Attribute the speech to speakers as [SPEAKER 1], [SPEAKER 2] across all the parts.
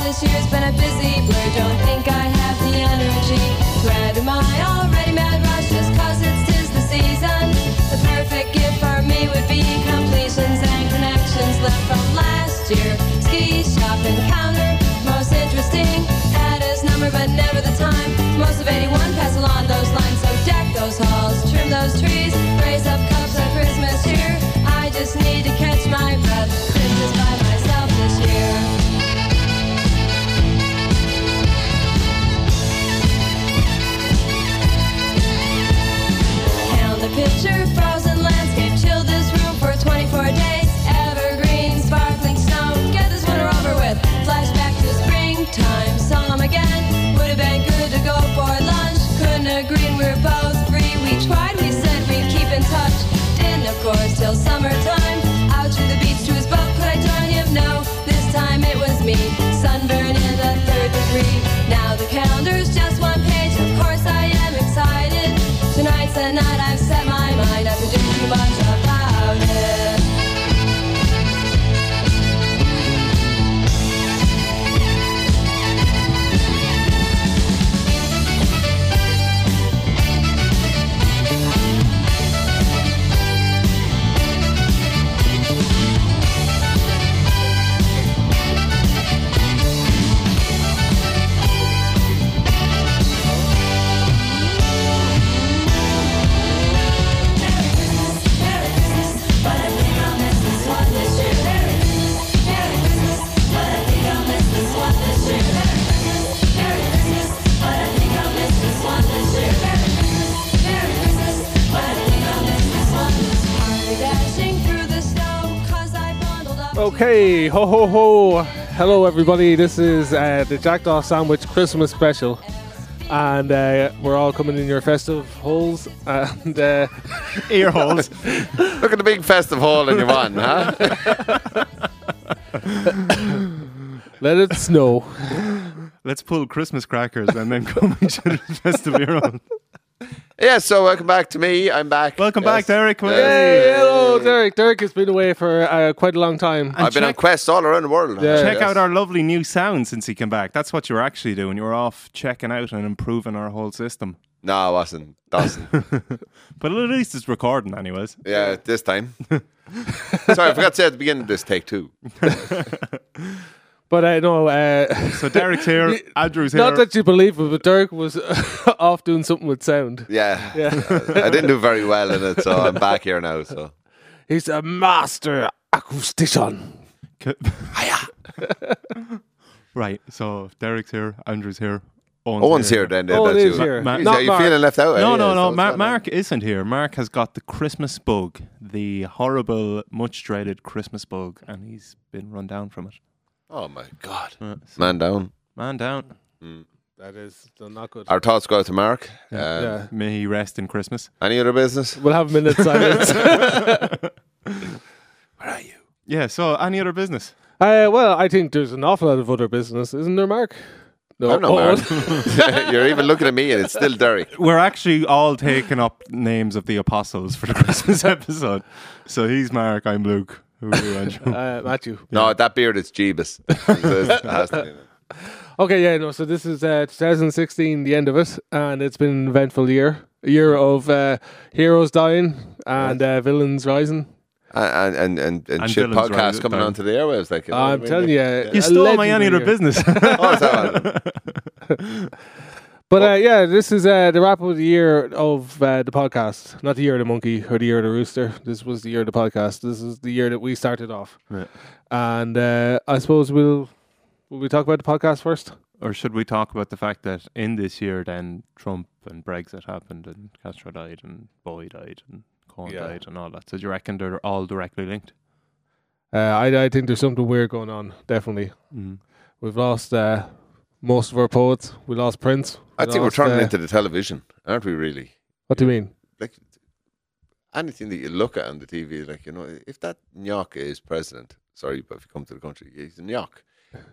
[SPEAKER 1] get busy. Blur, don't think I have the energy. Grab my already mad rush just cause it's tis the season. The perfect gift for me would be completions and connections left from last year. Ski shop encounter, most interesting. Had his number, but never the time. Most of 81, pass along those lines. So deck those halls, trim those trees, raise up cups of Christmas cheer. I just need to catch my breath. Christmas by myself this year. Count the picture, frozen landscape, chill this room for 24 days. Evergreen, sparkling snow, get this winter over with. Flashback to springtime, saw him again. Would have been good to go for lunch. Couldn't agree, we were both free. We tried, we said we'd keep in touch. Didn't, of course, till summertime. Out to the beach to his boat, could I join him? No, this time it was me. Sunburn in the third degree. Now the calendar's just one page, of course I am excited. Tonight's the night I've set my mind. I could do too much about it. Dashing through the snow, cause I bundled up.
[SPEAKER 2] Okay, ho ho ho. Hello, everybody. This is uh, the Jackdaw Sandwich Christmas special. And uh, we're all coming in your festive holes. And uh,
[SPEAKER 3] Ear holes.
[SPEAKER 4] Look at the big festive hall in your one, huh?
[SPEAKER 2] let it snow.
[SPEAKER 3] Let's pull Christmas crackers and then come each other's festive ear holes.
[SPEAKER 4] yeah, so welcome back to me. I'm back.
[SPEAKER 3] Welcome
[SPEAKER 4] Yes.
[SPEAKER 3] back, Derek.
[SPEAKER 2] Hey, hello, Derek. Derek has been away for uh, quite a long time.
[SPEAKER 3] And
[SPEAKER 4] I've been on
[SPEAKER 3] check-
[SPEAKER 4] quests all around the world.
[SPEAKER 2] Yeah.
[SPEAKER 3] Check
[SPEAKER 4] Yes.
[SPEAKER 3] out our lovely new sound since he came back. That's what you were actually doing. You were off checking out and improving our whole system.
[SPEAKER 4] No, I wasn't. Dawson.
[SPEAKER 3] But at least it's recording, anyways.
[SPEAKER 4] yeah, this time. Sorry, I forgot to say at the beginning of this take two.
[SPEAKER 2] But I know, uh,
[SPEAKER 3] So Derek's here, Andrew's here.
[SPEAKER 2] not that you believe it, but Derek was off doing something with sound.
[SPEAKER 4] Yeah. I didn't do very well in it, so I'm back here now. So
[SPEAKER 2] He's a master acoustician.
[SPEAKER 3] right, so Derek's here, Andrew's here, Owen's,
[SPEAKER 4] Owen's here then. then,
[SPEAKER 2] Owen
[SPEAKER 4] that's
[SPEAKER 2] is
[SPEAKER 4] you.
[SPEAKER 2] here.
[SPEAKER 3] Ma-
[SPEAKER 4] Jeez,
[SPEAKER 3] not
[SPEAKER 4] are you
[SPEAKER 2] Mark.
[SPEAKER 4] feeling left out? eh?
[SPEAKER 3] No,
[SPEAKER 4] Yeah,
[SPEAKER 3] no,
[SPEAKER 4] so
[SPEAKER 3] no.
[SPEAKER 4] it's
[SPEAKER 3] Mar-
[SPEAKER 4] not
[SPEAKER 3] Mark isn't here. Mark has got the Christmas bug, the horrible, much dreaded Christmas bug, and he's been run down from it.
[SPEAKER 4] Oh, my God.
[SPEAKER 3] Uh, so
[SPEAKER 4] Man down.
[SPEAKER 3] man down.
[SPEAKER 2] That is still not good.
[SPEAKER 4] Our thoughts go out to Mark. Um,
[SPEAKER 2] yeah.
[SPEAKER 3] May he rest in Christmas.
[SPEAKER 4] Any other business?
[SPEAKER 2] We'll have a minute silence.
[SPEAKER 4] Where are you?
[SPEAKER 3] Yeah, so any other business?
[SPEAKER 2] Uh, well, I think there's an awful lot of other business, isn't there, Mark? No,
[SPEAKER 4] I'm not
[SPEAKER 2] oh,
[SPEAKER 4] Mark. You're even looking at me and it's still Derek.
[SPEAKER 3] We're actually all taking up names of the apostles for the Christmas episode. So he's Mark, I'm Luke. Who are you, Andrew?
[SPEAKER 2] Uh, Matthew.
[SPEAKER 4] No, that beard is Jeebus. It has to be.
[SPEAKER 2] Okay, yeah, no. So this is uh, 2016, the end of it, and it's been an eventful year. A year of uh, heroes dying and uh, villains rising.
[SPEAKER 4] and and and, and,
[SPEAKER 3] And
[SPEAKER 4] shit
[SPEAKER 3] Dylan's
[SPEAKER 4] podcasts
[SPEAKER 3] right,
[SPEAKER 4] coming
[SPEAKER 3] Dylan.
[SPEAKER 4] onto the airwaves. Like, you know
[SPEAKER 2] I'm
[SPEAKER 4] what I mean?
[SPEAKER 2] telling you,
[SPEAKER 3] you stole my any other
[SPEAKER 2] business.
[SPEAKER 3] business.
[SPEAKER 4] Oh, is that one?
[SPEAKER 2] But uh, yeah, this is uh, the wrap of the year of uh, the podcast. Not the year of the monkey or the year of the rooster. This was the year of the podcast. This is the year that we started off. And uh, I suppose we'll will we talk about the podcast first.
[SPEAKER 3] or should we talk about the fact that in this year, then Trump and Brexit happened, and Castro died, and Boy died, and Cohen
[SPEAKER 2] Yeah.
[SPEAKER 3] died, and all that? So do you reckon they're all directly linked?
[SPEAKER 2] Uh, I I think there's something weird going on. Definitely,
[SPEAKER 3] Mm-hmm.
[SPEAKER 2] we've lost uh, most of our poets. We lost Prince. We
[SPEAKER 4] I think we're
[SPEAKER 2] lost,
[SPEAKER 4] turning
[SPEAKER 2] uh,
[SPEAKER 4] into the television, aren't we? Really,
[SPEAKER 2] What do you mean?
[SPEAKER 4] like anything that you look at on the TV, like you know, if that nyock is president, sorry, but if you come to the country, he's a nyock.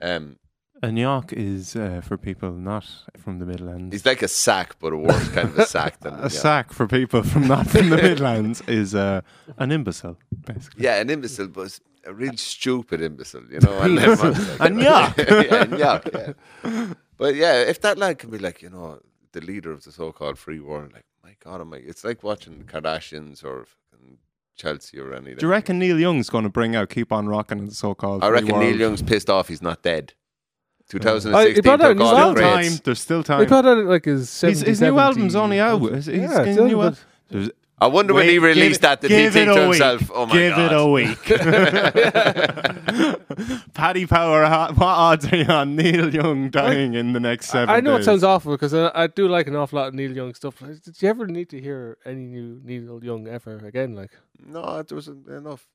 [SPEAKER 4] Um,
[SPEAKER 3] A nyock is uh, for people not from the Midlands.
[SPEAKER 4] he's like a sack, but a worse kind of a sack than
[SPEAKER 3] a
[SPEAKER 4] nyock.
[SPEAKER 3] sack for people from not from the Midlands is uh, an imbecile, basically.
[SPEAKER 4] Yeah, an imbecile, but a real stupid imbecile, you know. And everyone's like,
[SPEAKER 3] A
[SPEAKER 4] you know,
[SPEAKER 3] knock.
[SPEAKER 4] yeah, a knock, yeah. But yeah, if that lad can be like, you know, the leader of the so-called free world, like, my God, am I? It's like watching the Kardashians or fucking Chelsea or anything.
[SPEAKER 3] Do you reckon Neil Young's going to bring out "Keep on Rocking" and the so-called?
[SPEAKER 4] I
[SPEAKER 3] free
[SPEAKER 4] reckon Neil
[SPEAKER 3] world?
[SPEAKER 4] Young's pissed off. He's not dead.
[SPEAKER 2] Oh, he
[SPEAKER 4] 2016
[SPEAKER 2] brought out
[SPEAKER 4] took
[SPEAKER 2] new
[SPEAKER 4] all
[SPEAKER 3] Still
[SPEAKER 4] the
[SPEAKER 2] album.
[SPEAKER 3] time.
[SPEAKER 4] grades.
[SPEAKER 3] There's still
[SPEAKER 2] He
[SPEAKER 3] time.
[SPEAKER 2] put out like his 70,
[SPEAKER 3] His, his new album's only out. He's, he's,
[SPEAKER 2] Yeah,
[SPEAKER 3] his
[SPEAKER 2] it's
[SPEAKER 3] new
[SPEAKER 2] only
[SPEAKER 3] al-
[SPEAKER 2] good.
[SPEAKER 3] There's-
[SPEAKER 4] I wonder when he
[SPEAKER 3] Wait,
[SPEAKER 4] released
[SPEAKER 3] give
[SPEAKER 4] that
[SPEAKER 3] it-
[SPEAKER 4] did he
[SPEAKER 3] give
[SPEAKER 4] think
[SPEAKER 3] it
[SPEAKER 4] to
[SPEAKER 3] a
[SPEAKER 4] himself,
[SPEAKER 3] week.
[SPEAKER 4] "Oh my
[SPEAKER 3] give
[SPEAKER 4] God"?
[SPEAKER 3] it a week. Paddy Power, ha- what odds are you on Neil Young dying in the next seven?
[SPEAKER 2] I know it
[SPEAKER 3] days?
[SPEAKER 2] sounds awful because I, I do like an awful lot of Neil Young stuff. Like, did you ever need to hear any new Neil Young ever again? Like,
[SPEAKER 4] No, there wasn't enough.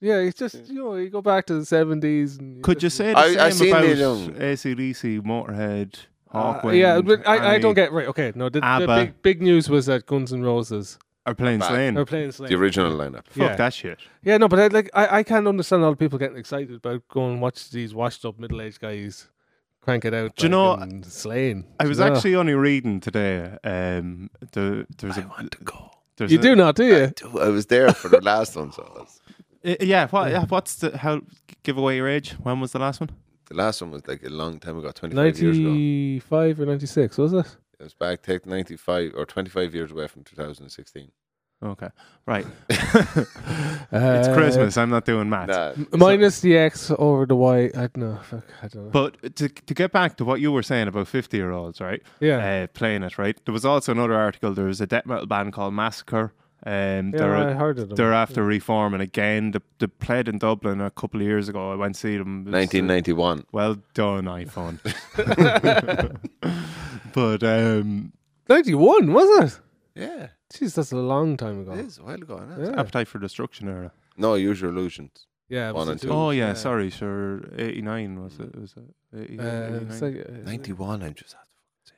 [SPEAKER 2] yeah, it's just you know you go back to the seventies.
[SPEAKER 3] Could you say the
[SPEAKER 2] Uh,
[SPEAKER 4] I-
[SPEAKER 3] same
[SPEAKER 4] I seen
[SPEAKER 3] about
[SPEAKER 4] Neil Young.
[SPEAKER 3] ACDC, Motorhead, Hawkwind?
[SPEAKER 2] Uh, yeah, but I, I
[SPEAKER 3] Annie
[SPEAKER 2] don't get right. Okay, no, the, the
[SPEAKER 3] ABBA.
[SPEAKER 2] big big news was that Guns N' Roses
[SPEAKER 3] Are playing
[SPEAKER 4] Bad.
[SPEAKER 3] Slane?
[SPEAKER 2] are
[SPEAKER 3] Fuck
[SPEAKER 2] playing Slade.
[SPEAKER 4] The original lineup.
[SPEAKER 2] Oh, yeah.
[SPEAKER 3] that shit.
[SPEAKER 2] yeah, no, but I, like I, I can't understand all the people getting excited about going and watch these washed up middle aged guys crank it out.
[SPEAKER 3] Do you
[SPEAKER 2] like,
[SPEAKER 3] know-
[SPEAKER 2] and slaying?
[SPEAKER 3] I
[SPEAKER 2] Do
[SPEAKER 3] was
[SPEAKER 2] you know?
[SPEAKER 3] actually only reading today. Um, the, there's a
[SPEAKER 4] to go.
[SPEAKER 3] there's
[SPEAKER 2] You
[SPEAKER 3] a-
[SPEAKER 2] do not, do you?
[SPEAKER 4] Dude, I was there for the last one, so I was-
[SPEAKER 3] Uh, yeah, what, yeah. What's the how? Give away your age. When was the last one?
[SPEAKER 4] the last one was like a long time ago,
[SPEAKER 3] uh,
[SPEAKER 4] 25 years ago.
[SPEAKER 2] Ninety five or ninety six was it?
[SPEAKER 4] It was back take 95 or 25 years away from 2016.
[SPEAKER 3] Okay, right.
[SPEAKER 2] Uh,
[SPEAKER 3] It's Christmas. I'm not doing maths.
[SPEAKER 4] Nah,
[SPEAKER 2] M- Minus the X over the Y. I don't know. Fuck, I don't know.
[SPEAKER 3] But to to get back to what you were saying about fifty year olds, right?
[SPEAKER 2] yeah.
[SPEAKER 3] Uh, playing it, right? There was also another article. There was a death metal band called Massacre. Um,
[SPEAKER 2] yeah,
[SPEAKER 3] they're
[SPEAKER 2] I heard of them.
[SPEAKER 3] they're after reforming again. They, they played in Dublin a couple of years ago. I went to see them. It's, uh,
[SPEAKER 4] 1991.
[SPEAKER 3] Well done, iPhone. but um,
[SPEAKER 2] 91, was it?
[SPEAKER 4] Yeah,
[SPEAKER 2] Jeez, that's a long time
[SPEAKER 4] it
[SPEAKER 2] ago.
[SPEAKER 4] is a while ago. isn't it?
[SPEAKER 2] Yeah,
[SPEAKER 3] Appetite for Destruction era.
[SPEAKER 4] No, Use Your Illusions.
[SPEAKER 2] yeah it was
[SPEAKER 4] One
[SPEAKER 2] the
[SPEAKER 4] and
[SPEAKER 2] two.
[SPEAKER 4] two.
[SPEAKER 3] Oh yeah, sorry, sure. Eighty nine was it? Was it? 89,
[SPEAKER 2] Uh, it's
[SPEAKER 3] 89?
[SPEAKER 2] like, uh,
[SPEAKER 4] 91, I'm just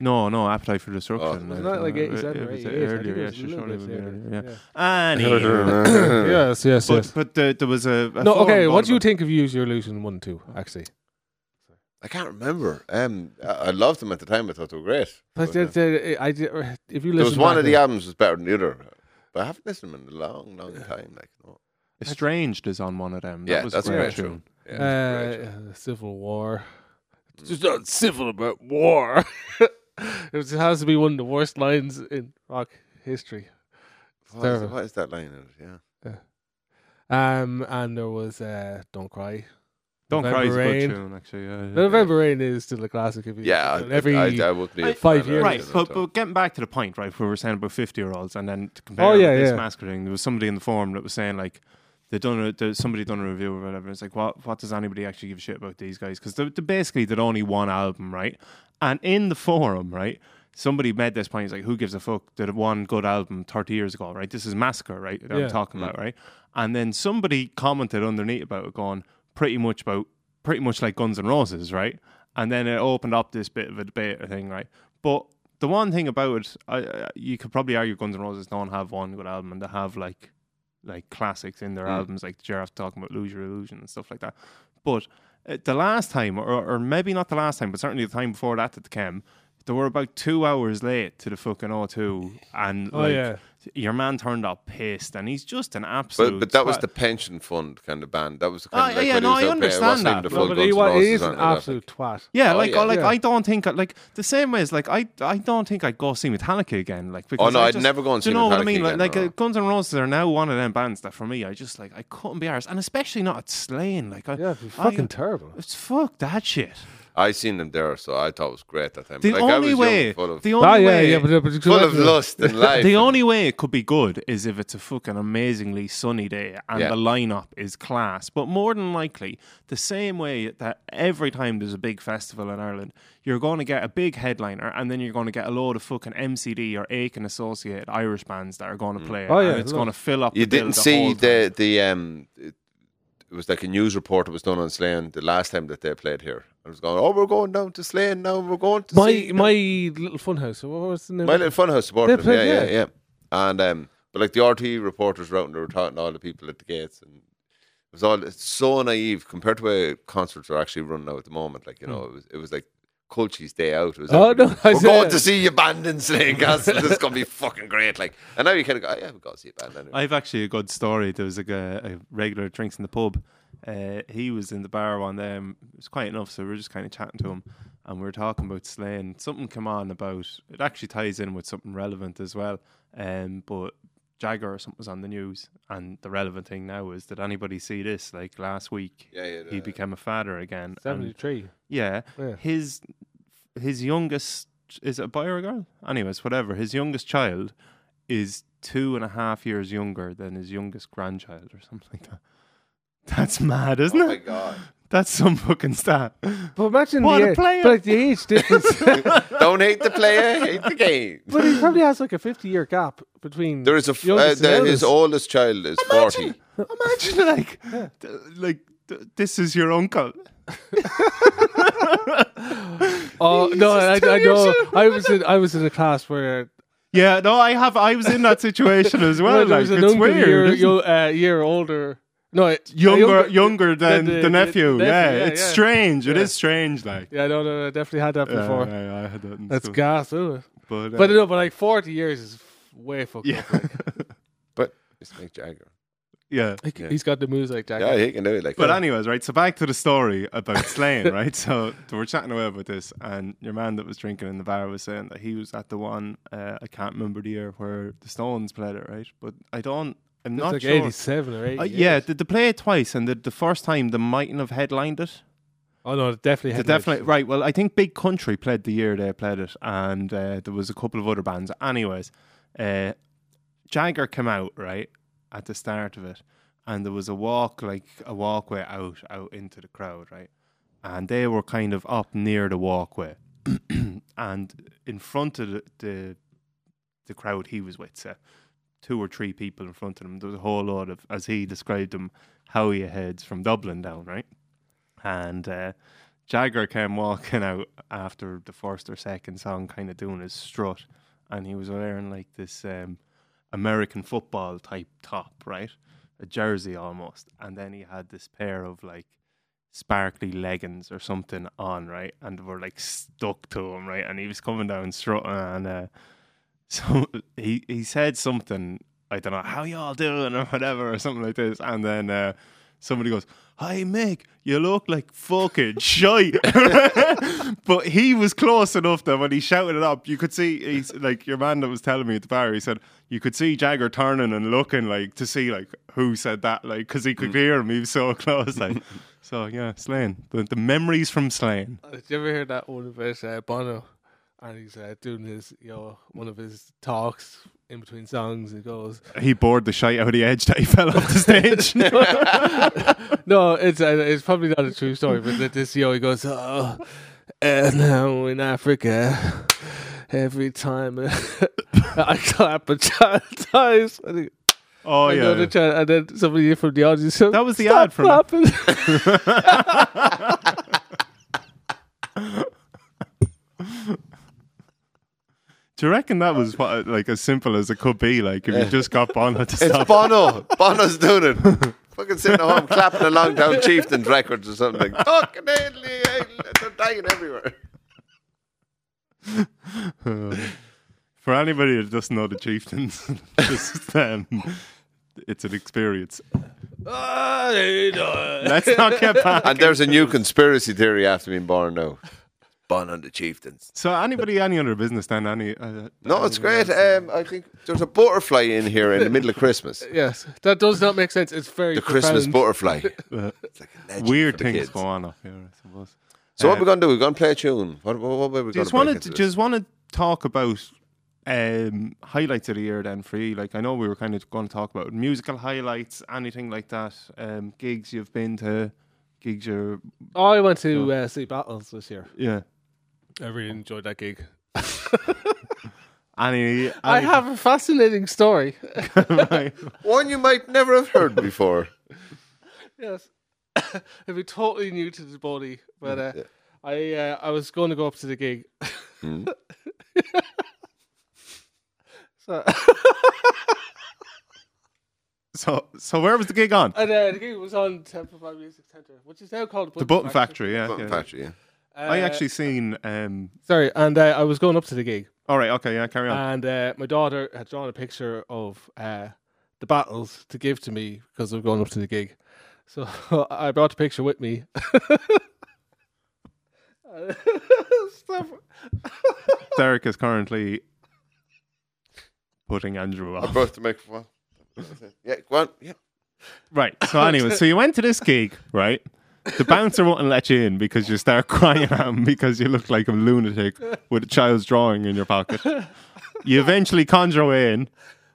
[SPEAKER 3] no, no. Appetite for Destruction.
[SPEAKER 4] Oh.
[SPEAKER 2] Wasn't that like
[SPEAKER 3] Uh,
[SPEAKER 2] 87 or
[SPEAKER 3] it was
[SPEAKER 2] 88? I think
[SPEAKER 3] earlier,
[SPEAKER 2] it
[SPEAKER 3] yeah,
[SPEAKER 2] was a
[SPEAKER 3] sure,
[SPEAKER 2] little
[SPEAKER 3] surely it
[SPEAKER 2] bit
[SPEAKER 3] would be
[SPEAKER 2] later.
[SPEAKER 3] earlier,
[SPEAKER 2] Yeah.
[SPEAKER 3] yeah. Anyway,
[SPEAKER 4] yeah.
[SPEAKER 2] Yes, yes,
[SPEAKER 3] but
[SPEAKER 2] yes.
[SPEAKER 3] but the, there was a, a
[SPEAKER 2] no,
[SPEAKER 3] forum
[SPEAKER 2] okay, what
[SPEAKER 3] bottom-
[SPEAKER 2] do you think of Use Your Illusion 1 2, actually?
[SPEAKER 4] I can't remember. Um, I, I loved them at the time. I thought they were great.
[SPEAKER 2] But,
[SPEAKER 4] But, uh,
[SPEAKER 2] uh, uh, I, did- uh, if you listen
[SPEAKER 4] there was one
[SPEAKER 2] back
[SPEAKER 4] of the
[SPEAKER 2] to-
[SPEAKER 4] albums was better than the other, but I haven't listened to them in a long, long time. Like, no.
[SPEAKER 3] Estranged is on one of them.
[SPEAKER 4] Yeah,
[SPEAKER 3] that was
[SPEAKER 4] that's
[SPEAKER 3] a
[SPEAKER 4] a
[SPEAKER 3] great
[SPEAKER 4] great
[SPEAKER 3] tune.
[SPEAKER 4] Yeah, it's great.
[SPEAKER 2] uh, Civil War. There's not civil about war. it was- it has to be one of the worst lines in rock history.
[SPEAKER 4] What is,
[SPEAKER 2] terrible.
[SPEAKER 4] what is that line in it? Yeah.
[SPEAKER 2] Um, and there was uh, "Don't Cry."
[SPEAKER 3] Don't cry is a
[SPEAKER 2] November
[SPEAKER 3] good
[SPEAKER 2] Rain.
[SPEAKER 3] tune actually. yeah, yeah.
[SPEAKER 2] November Rain is still a classic. If you
[SPEAKER 4] Yeah,
[SPEAKER 2] and
[SPEAKER 4] I-
[SPEAKER 2] every
[SPEAKER 4] I, I would be a
[SPEAKER 2] five
[SPEAKER 4] fan
[SPEAKER 2] years.
[SPEAKER 4] of
[SPEAKER 3] Right,
[SPEAKER 4] Aerosmith,
[SPEAKER 3] but,
[SPEAKER 4] so.
[SPEAKER 3] but getting back to the point, right, we were saying about fifty-year-olds, and then to compare
[SPEAKER 2] Oh,
[SPEAKER 3] it with
[SPEAKER 2] yeah,
[SPEAKER 3] this
[SPEAKER 2] yeah.
[SPEAKER 3] massacre thing, there was somebody in the forum that was saying like they done a, there, somebody done a review or whatever. It's like, what what does anybody actually give a shit about these guys? Because they, they basically did only one album, right? And in the forum, right, somebody made this point. He's like, who gives a fuck? Did one good album thirty years ago, right? This is massacre, right? That
[SPEAKER 2] Yeah.
[SPEAKER 3] I'm talking about, right? And then somebody commented underneath about it, going pretty much about pretty much like Guns N' Roses, right? And then it opened up this bit of a debate thing, right? But the one thing about it, I, I, you could probably argue Guns N' Roses don't have one good album, and they have like like classics in their
[SPEAKER 4] Mm.
[SPEAKER 3] albums, like Gerard's talking about Lose Your Illusion and stuff like that. But uh, the last time, or, or maybe not the last time, but certainly the time before that that they came, they were about two hours late to the fucking O2, and
[SPEAKER 2] Oh,
[SPEAKER 3] like
[SPEAKER 2] yeah.
[SPEAKER 3] your man turned up pissed, and he's just an absolute.
[SPEAKER 4] But, but that was
[SPEAKER 3] twat.
[SPEAKER 4] the pension fund kind of band. That was the kind
[SPEAKER 3] Ah,
[SPEAKER 4] of like
[SPEAKER 3] yeah,
[SPEAKER 4] when he
[SPEAKER 3] no,
[SPEAKER 4] was
[SPEAKER 3] I
[SPEAKER 4] up there, It wasn't
[SPEAKER 3] understand
[SPEAKER 4] even
[SPEAKER 3] that.
[SPEAKER 4] the
[SPEAKER 2] No,
[SPEAKER 4] full
[SPEAKER 2] but
[SPEAKER 4] Guns
[SPEAKER 2] he
[SPEAKER 4] N'
[SPEAKER 2] wa-
[SPEAKER 4] Roses
[SPEAKER 2] he is
[SPEAKER 4] on
[SPEAKER 2] an
[SPEAKER 4] it, I
[SPEAKER 2] absolute twat.
[SPEAKER 3] Yeah,
[SPEAKER 4] Oh,
[SPEAKER 3] like
[SPEAKER 4] yeah.
[SPEAKER 3] I like
[SPEAKER 2] Yeah.
[SPEAKER 3] I don't think I- like the same way as like I I don't think I'd go see Metallica again. Like because
[SPEAKER 4] Oh, no,
[SPEAKER 3] I
[SPEAKER 4] I'd
[SPEAKER 3] just-
[SPEAKER 4] never go and
[SPEAKER 3] do you
[SPEAKER 4] see
[SPEAKER 3] know what I
[SPEAKER 4] Metallica
[SPEAKER 3] mean? Like,
[SPEAKER 4] again,
[SPEAKER 3] like
[SPEAKER 4] no.
[SPEAKER 3] uh, Guns N' Roses are now one of them bands that for me I just like I couldn't be arsed, and especially not at Slain. Like I,
[SPEAKER 2] Yeah,
[SPEAKER 3] I-
[SPEAKER 2] it'd be fucking terrible.
[SPEAKER 3] it's fuck that shit.
[SPEAKER 4] I seen them there, so I thought it was great that time.
[SPEAKER 3] The
[SPEAKER 4] like, I was
[SPEAKER 3] only
[SPEAKER 4] young,
[SPEAKER 3] way,
[SPEAKER 4] full of,
[SPEAKER 3] the only
[SPEAKER 2] Ah, yeah,
[SPEAKER 3] way,
[SPEAKER 2] yeah, but, but
[SPEAKER 4] full of lust and life.
[SPEAKER 3] the only way it could be good is if it's a fucking amazingly sunny day and
[SPEAKER 4] Yeah.
[SPEAKER 3] the lineup is class. But more than likely, the same way that every time there's a big festival in Ireland, you're going to get a big headliner and then you're going to get a load of fucking MCD or Aiken Associated Irish bands that are going to play. it,
[SPEAKER 2] Oh, yeah,
[SPEAKER 3] and it's
[SPEAKER 2] look.
[SPEAKER 3] going to fill up.
[SPEAKER 4] Mm. you
[SPEAKER 3] the bill
[SPEAKER 4] didn't
[SPEAKER 3] the
[SPEAKER 4] see
[SPEAKER 3] whole
[SPEAKER 4] the the um. It, it was like a news report that was done on Slane the last time that they played here. I was going, oh, we're going down to Slane now. We're going to
[SPEAKER 2] my
[SPEAKER 4] see
[SPEAKER 2] my little funhouse. What was the name?
[SPEAKER 4] My little funhouse supported
[SPEAKER 2] They
[SPEAKER 4] them. Yeah,
[SPEAKER 2] played,
[SPEAKER 4] yeah,
[SPEAKER 2] yeah.
[SPEAKER 4] yeah. And um, but like the RT reporters were out and they were talking to all the people at the gates, and it was all it's so naive compared to where concerts are actually running out at the moment. Like you know, it was it was like Colchi's day out. It was
[SPEAKER 2] Hmm. Oh,
[SPEAKER 4] everybody,
[SPEAKER 2] no, I
[SPEAKER 4] we're
[SPEAKER 2] see
[SPEAKER 4] going
[SPEAKER 2] that.
[SPEAKER 4] to see your band in Slane Castle. this is gonna be fucking great. Like, and now you kind of go, oh, yeah, we have got to see a band anyway.
[SPEAKER 3] I've actually a good story. There was like a, a regular drinks in the pub. uh, he was in the bar one day. and It was quite enough, so we were just kind of chatting to him, and we were talking about slaying. Something come on about it actually ties in with something relevant as well. Um, but Jagger or something was on the news, and the relevant thing now is did anybody see this? Like last week,
[SPEAKER 4] Yeah, yeah.
[SPEAKER 3] he
[SPEAKER 4] the-
[SPEAKER 3] became a father again. and-
[SPEAKER 2] 73.
[SPEAKER 3] yeah,
[SPEAKER 2] Yeah.
[SPEAKER 3] his his youngest is it a boy or a girl? Anyways, whatever. His youngest child is two and a half years younger than his youngest grandchild or something like that. That's mad, isn't
[SPEAKER 4] Oh my
[SPEAKER 3] it?
[SPEAKER 4] god!
[SPEAKER 3] That's some fucking stat.
[SPEAKER 2] But imagine
[SPEAKER 3] What
[SPEAKER 2] the,
[SPEAKER 3] a
[SPEAKER 2] age-
[SPEAKER 3] player.
[SPEAKER 2] But like the age difference.
[SPEAKER 4] Don't hate the player, hate the game.
[SPEAKER 2] but he probably has like a 50 year gap between.
[SPEAKER 4] There is a f- uh,
[SPEAKER 2] youngest and
[SPEAKER 4] the, his
[SPEAKER 2] eldest.
[SPEAKER 4] oldest child is forty.
[SPEAKER 3] Imagine like, th- like th- this is your uncle.
[SPEAKER 2] Oh no, I,
[SPEAKER 3] Jesus,
[SPEAKER 2] I
[SPEAKER 3] two years
[SPEAKER 2] know.
[SPEAKER 3] old.
[SPEAKER 2] I was in I was in a class where uh,
[SPEAKER 3] Yeah, no, I have. I was in that situation as
[SPEAKER 2] no,
[SPEAKER 3] well.
[SPEAKER 2] there
[SPEAKER 3] like,
[SPEAKER 2] was an
[SPEAKER 3] it's
[SPEAKER 2] uncle
[SPEAKER 3] weird.
[SPEAKER 2] year,
[SPEAKER 3] isn't it?
[SPEAKER 2] yo- uh, year older. No, a
[SPEAKER 3] younger, younger,
[SPEAKER 2] than
[SPEAKER 3] than
[SPEAKER 2] the-
[SPEAKER 3] the,
[SPEAKER 2] the
[SPEAKER 3] nephew.
[SPEAKER 2] nephew,
[SPEAKER 3] yeah,
[SPEAKER 2] yeah,
[SPEAKER 3] it's
[SPEAKER 2] yeah.
[SPEAKER 3] strange. It
[SPEAKER 2] Yeah.
[SPEAKER 3] is strange. Like
[SPEAKER 2] Yeah, no, no, no, I definitely had that
[SPEAKER 3] Yeah,
[SPEAKER 2] before.
[SPEAKER 3] yeah, yeah, I had that in
[SPEAKER 2] That's
[SPEAKER 3] school.
[SPEAKER 2] gas, isn't it?
[SPEAKER 3] But, uh,
[SPEAKER 2] But no, but like 40 years is f- way fucked
[SPEAKER 3] yeah,
[SPEAKER 2] up. Like.
[SPEAKER 4] But it's Mick Jagger.
[SPEAKER 3] yeah.
[SPEAKER 2] He-
[SPEAKER 4] Yeah.
[SPEAKER 2] He's got the moves like that.
[SPEAKER 4] Yeah, he can do it like
[SPEAKER 3] But
[SPEAKER 4] that.
[SPEAKER 3] anyways, right. So back to the story about slaying, right? So we're chatting away about this, and your man that was drinking in the bar was saying that he was at the one uh, I can't remember the year where the Stones played it, right? But I don't. I'm
[SPEAKER 2] It's
[SPEAKER 3] not
[SPEAKER 2] like
[SPEAKER 3] sure.
[SPEAKER 2] 87 or 80.
[SPEAKER 3] Uh, yeah, did they play it twice? And the, the first time they mightn't have headlined it.
[SPEAKER 2] Oh no, it definitely.
[SPEAKER 3] They
[SPEAKER 2] had
[SPEAKER 3] definitely right. Well, I think Big Country played the year they played it, and uh, there was a couple of other bands. Anyways, uh, Jagger came out right at the start of it, and there was a walk like a walkway out out into the crowd, right, and they were kind of up near the walkway, and in front of the, the the crowd he was with, so two or three people in front of him. There was a whole lot of, as he described them, howie heads from Dublin down, right, and. uh Jagger came walking out after the first or second song, kind of doing his strut, and he was wearing like this um, American football type top, right? A jersey almost. And then he had this pair of like sparkly leggings or something on, right? And they were like stuck to him, right? And he was coming down strutting, and uh, so he he said something. I don't know how y'all doing or whatever or something like this, and then. Uh, somebody goes, Hi, Mick, you look like fucking shite. but he was close enough that when he shouted it up, you could see, he's like, your man that was telling me at the bar, he said, you could see Jagger turning and looking like to see like who said that, like, because he could hear him. He was so close. Like, so yeah, Slain. The, the memories from Slain.
[SPEAKER 2] Did you ever hear that one about uh, Bono? And he's uh, doing his, you know, one of his talks in between songs. He goes,
[SPEAKER 3] He bored the shite out of the edge that he fell off the stage.
[SPEAKER 2] "No, it's uh, it's probably not a true story, but that this, you know, he goes, oh, and now in Africa, every time uh, I clap a child dies, and, he,
[SPEAKER 3] oh,
[SPEAKER 2] I know
[SPEAKER 3] yeah.
[SPEAKER 2] the child, and then somebody from the audience, said,
[SPEAKER 3] That was the
[SPEAKER 2] "Stop
[SPEAKER 3] ad from-
[SPEAKER 2] clapping."
[SPEAKER 3] Do you reckon that was what, like as simple as it could be? Like, if you just got Bono to
[SPEAKER 4] It's
[SPEAKER 3] stop
[SPEAKER 4] Bono. Bono's doing it. Fucking sitting at home clapping along down Chieftain's records or something. Fucking Italy, eh, they're dying everywhere.
[SPEAKER 3] For anybody that doesn't know the chieftains, just, um, it's an experience.
[SPEAKER 2] Ah, they die.
[SPEAKER 3] Let's not get back.
[SPEAKER 4] And there's a new conspiracy theory after being born now. Bono and the Chieftains.
[SPEAKER 3] So anybody, any other business than any? Uh,
[SPEAKER 4] No, it's great. Um, I think there's a butterfly in here in the middle of Christmas.
[SPEAKER 2] Yes, that does not make sense. It's very
[SPEAKER 4] The Christmas
[SPEAKER 2] profound.
[SPEAKER 4] butterfly.
[SPEAKER 3] Uh,
[SPEAKER 4] It's like a legend
[SPEAKER 3] weird
[SPEAKER 4] for the
[SPEAKER 3] things
[SPEAKER 4] kids.
[SPEAKER 3] go on up here, I suppose.
[SPEAKER 4] So what
[SPEAKER 3] Uh,
[SPEAKER 4] we're gonna do? We're gonna play a tune. What what, what we're gonna
[SPEAKER 3] Just wanted, to, just want to talk about um, highlights of the year then for you. Like I know we were kind of going to talk about musical highlights, anything like that, um, gigs you've been to, gigs you're,
[SPEAKER 2] I went to uh, see Battles this year.
[SPEAKER 3] yeah.
[SPEAKER 2] I really enjoyed that gig.
[SPEAKER 3] Any, any
[SPEAKER 2] I have a fascinating story.
[SPEAKER 4] one you might never have heard before.
[SPEAKER 2] yes, it'd be totally new to the body, but uh, I uh, I was going to go up to the gig.
[SPEAKER 3] Mm.
[SPEAKER 2] so
[SPEAKER 3] So, so where was the gig on?
[SPEAKER 2] and uh, the gig was on Temple Bar Music Centre, which is now called
[SPEAKER 3] The Button Factory, yeah. yeah.
[SPEAKER 4] Patrick, yeah.
[SPEAKER 2] Uh,
[SPEAKER 3] I actually seen. Um,
[SPEAKER 2] sorry, and uh, I was going up to the gig,
[SPEAKER 3] all right, okay, yeah, carry on.
[SPEAKER 2] and uh, my daughter had drawn a picture of uh, the battles to give to me because I was going up to the gig. So I brought the picture with me.
[SPEAKER 3] Derek is currently putting Andrew
[SPEAKER 4] I
[SPEAKER 3] off.
[SPEAKER 4] brought the microphone. Yeah, go on. Yeah.
[SPEAKER 3] Right. So anyway, so you went to this gig, right? The bouncer wouldn't let you in because you start crying at him because you look like a lunatic with a child's drawing in your pocket. You eventually conjure way in.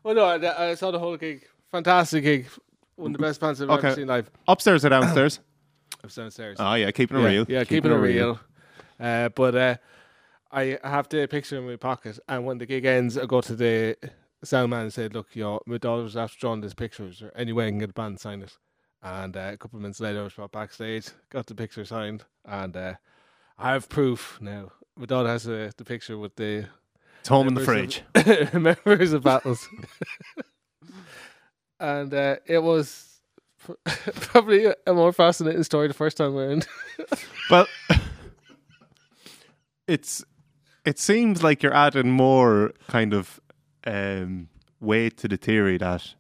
[SPEAKER 2] well, no, I, I saw the whole gig. Fantastic gig. One of the best bands I've
[SPEAKER 3] Okay.
[SPEAKER 2] ever seen live.
[SPEAKER 3] Upstairs or downstairs?
[SPEAKER 2] I've downstairs.
[SPEAKER 3] Oh yeah, keeping it
[SPEAKER 2] yeah,
[SPEAKER 3] real.
[SPEAKER 2] Yeah, keeping, it real. Uh, but uh, I have the picture in my pocket, and when the gig ends, I go to the sound man and say, "Look, you know, my daughter's after drawing these pictures. Or any way I can get a band to sign it." And uh, a couple of minutes later, I was brought backstage, got the picture signed, and uh, I have proof now. My daughter has uh, the picture with the
[SPEAKER 3] It's home in the
[SPEAKER 2] Members
[SPEAKER 3] fridge.
[SPEAKER 2] of- members of battles. and uh, it was pr- probably a more fascinating story the first time around.
[SPEAKER 3] Well, it's it seems like you're adding more kind of um, weight to the theory that this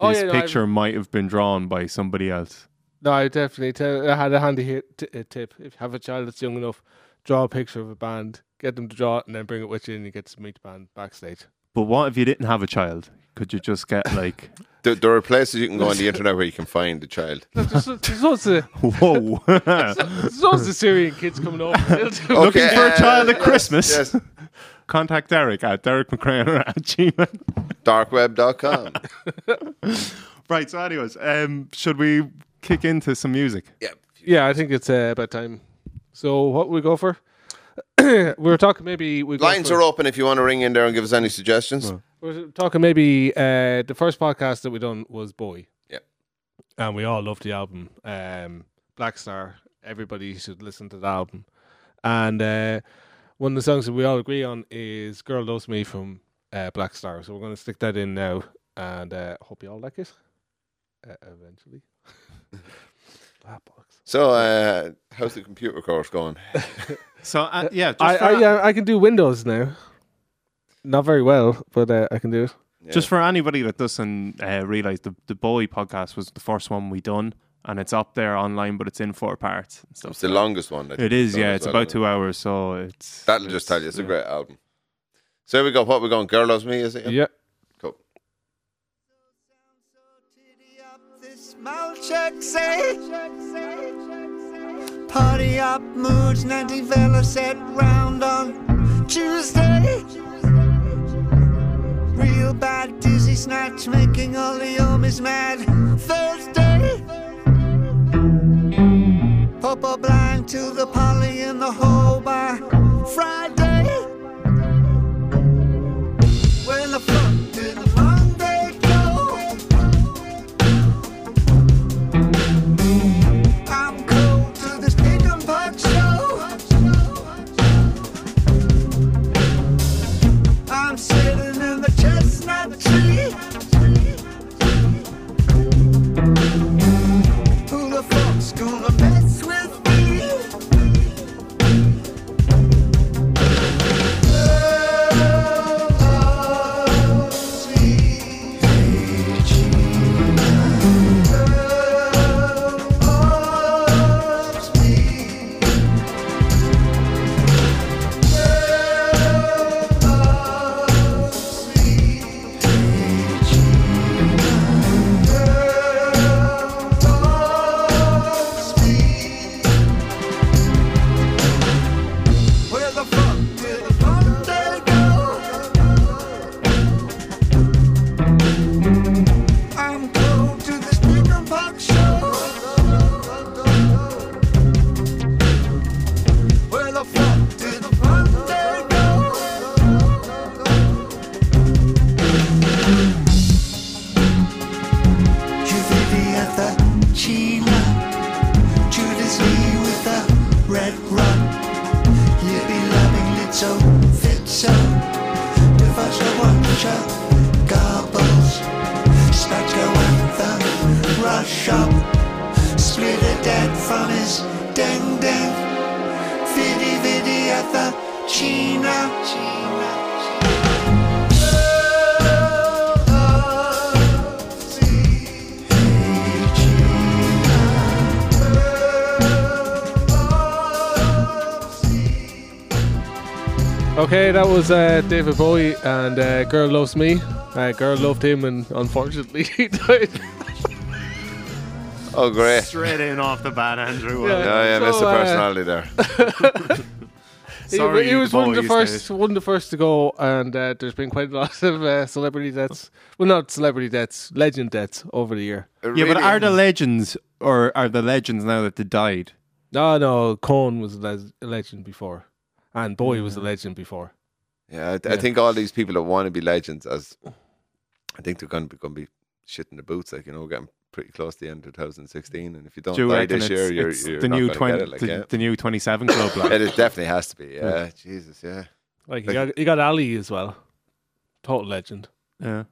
[SPEAKER 2] Oh, yeah, no, I've-
[SPEAKER 3] picture might have been drawn by somebody else.
[SPEAKER 2] No, I definitely tell. I had a handy hit, t- uh, tip. If you have a child that's young enough, draw a picture of a band, get them to draw it, and then bring it with you, and you get to meet the band backstage.
[SPEAKER 3] But what if you didn't have a child? Could you just get like,
[SPEAKER 4] There, there are places you can go on the internet where you can find the child.
[SPEAKER 2] There's loads of,
[SPEAKER 3] whoa,
[SPEAKER 2] there's loads of Syrian kids coming over. They'll do-
[SPEAKER 3] looking
[SPEAKER 4] Okay,
[SPEAKER 3] for a
[SPEAKER 4] uh,
[SPEAKER 3] child at
[SPEAKER 4] yes,
[SPEAKER 3] Christmas?
[SPEAKER 4] Yes.
[SPEAKER 3] Contact Derek at Derek McCraner at Gmail.
[SPEAKER 4] Darkweb.com.
[SPEAKER 3] Right. So, anyways, um, should we kick into some music?
[SPEAKER 4] yeah.
[SPEAKER 2] Yeah, I think it's uh, about time. So, what we go for? we were talking maybe we go
[SPEAKER 4] Lines
[SPEAKER 2] for-
[SPEAKER 4] are open if you want to ring in there and give us any suggestions.
[SPEAKER 2] We're talking maybe uh, the first podcast that we done was Boy.
[SPEAKER 4] Yep.
[SPEAKER 2] And we all loved the album. Um, Black Star. Everybody should listen to the album. And uh, one of the songs that we all agree on is Girl Loves Me from uh, Black Star. So we're going to stick that in now. And uh, hope you all like it uh, eventually. Black box.
[SPEAKER 4] So, uh, how's the computer course going?
[SPEAKER 3] So, uh, yeah, just
[SPEAKER 2] I,
[SPEAKER 3] for
[SPEAKER 2] I, yeah, I can do Windows now. Not very well, but uh, I can do it.
[SPEAKER 3] Just for anybody that doesn't uh, realize, the the Bowie podcast was the first one we done, and it's up there online, but it's in four parts. and stuff.
[SPEAKER 4] It's the longest one. that
[SPEAKER 3] It
[SPEAKER 4] you've
[SPEAKER 3] is,
[SPEAKER 4] done
[SPEAKER 3] yeah.
[SPEAKER 4] as
[SPEAKER 3] It's
[SPEAKER 4] well,
[SPEAKER 3] about
[SPEAKER 4] isn't it?
[SPEAKER 3] two hours, so it's
[SPEAKER 4] That'll just tell you. It's a great album. So, here we go. What we're going? Girl Loves Me, is it?
[SPEAKER 2] Yeah.
[SPEAKER 4] Cool.
[SPEAKER 5] Titty up this mouth check say Party up moods nanty fella set round on Tuesday Real bad dizzy snatch making all the homies mad Thursday Popo blind to the poly in the hole by Friday When the fuck did Monday go? I'm cold to this pig and pug show. I'm sitting in the chestnut tree. Who the fuck's gonna mess with me? Girl loves me. Where the fuck did the thunder go? I'm cold to this big and punk show. Where the fuck did the thunder go? Juvia the China, Judas Lee with the red rug. Yippee loving little fitzo. Devasa watcha gobbles. Spectre at the rush up. Split a dad from his ding ding. Viddy viddy at the China. China. China.
[SPEAKER 2] Okay, that was uh, David Bowie and uh, Girl Loves Me. Uh, girl loved him and unfortunately he died.
[SPEAKER 4] Oh, great.
[SPEAKER 3] Straight in off the bat, Andrew.
[SPEAKER 2] Yeah.
[SPEAKER 3] Well,
[SPEAKER 4] Yeah, yeah,
[SPEAKER 2] So,
[SPEAKER 4] miss
[SPEAKER 2] uh,
[SPEAKER 4] the personality there.
[SPEAKER 2] He-
[SPEAKER 3] Sorry,
[SPEAKER 2] he, was one of the
[SPEAKER 3] boys,
[SPEAKER 2] first,
[SPEAKER 3] Dave.
[SPEAKER 2] one of the first to go, and uh, there's been quite a lot of uh, celebrity deaths. Well, not celebrity deaths, legend deaths over the year.
[SPEAKER 4] It
[SPEAKER 3] Yeah, but
[SPEAKER 4] really-
[SPEAKER 3] are the legends or are the legends now that they died?
[SPEAKER 2] No, no, Cohn was a le- a legend before, and Bowie was a legend before.
[SPEAKER 4] Yeah, I, th- I think all these people that want to be legends, as I think they're going to be, going to be shit in the boots. Like you know, we're getting pretty close to the end of 2016, and if you don't
[SPEAKER 3] Do you
[SPEAKER 4] die
[SPEAKER 3] reckon
[SPEAKER 4] this
[SPEAKER 3] it's-
[SPEAKER 4] year, you're,
[SPEAKER 3] it's
[SPEAKER 4] you're
[SPEAKER 3] the
[SPEAKER 4] not
[SPEAKER 3] new
[SPEAKER 4] gonna
[SPEAKER 3] twenty,
[SPEAKER 4] get it. Like,
[SPEAKER 3] the,
[SPEAKER 4] yeah.
[SPEAKER 3] the new twenty-seven club? Like.
[SPEAKER 4] it is- definitely has to be. Yeah, Jesus, yeah.
[SPEAKER 2] Like you
[SPEAKER 4] Like-
[SPEAKER 2] got, you got Ali as well, total legend.
[SPEAKER 3] Yeah.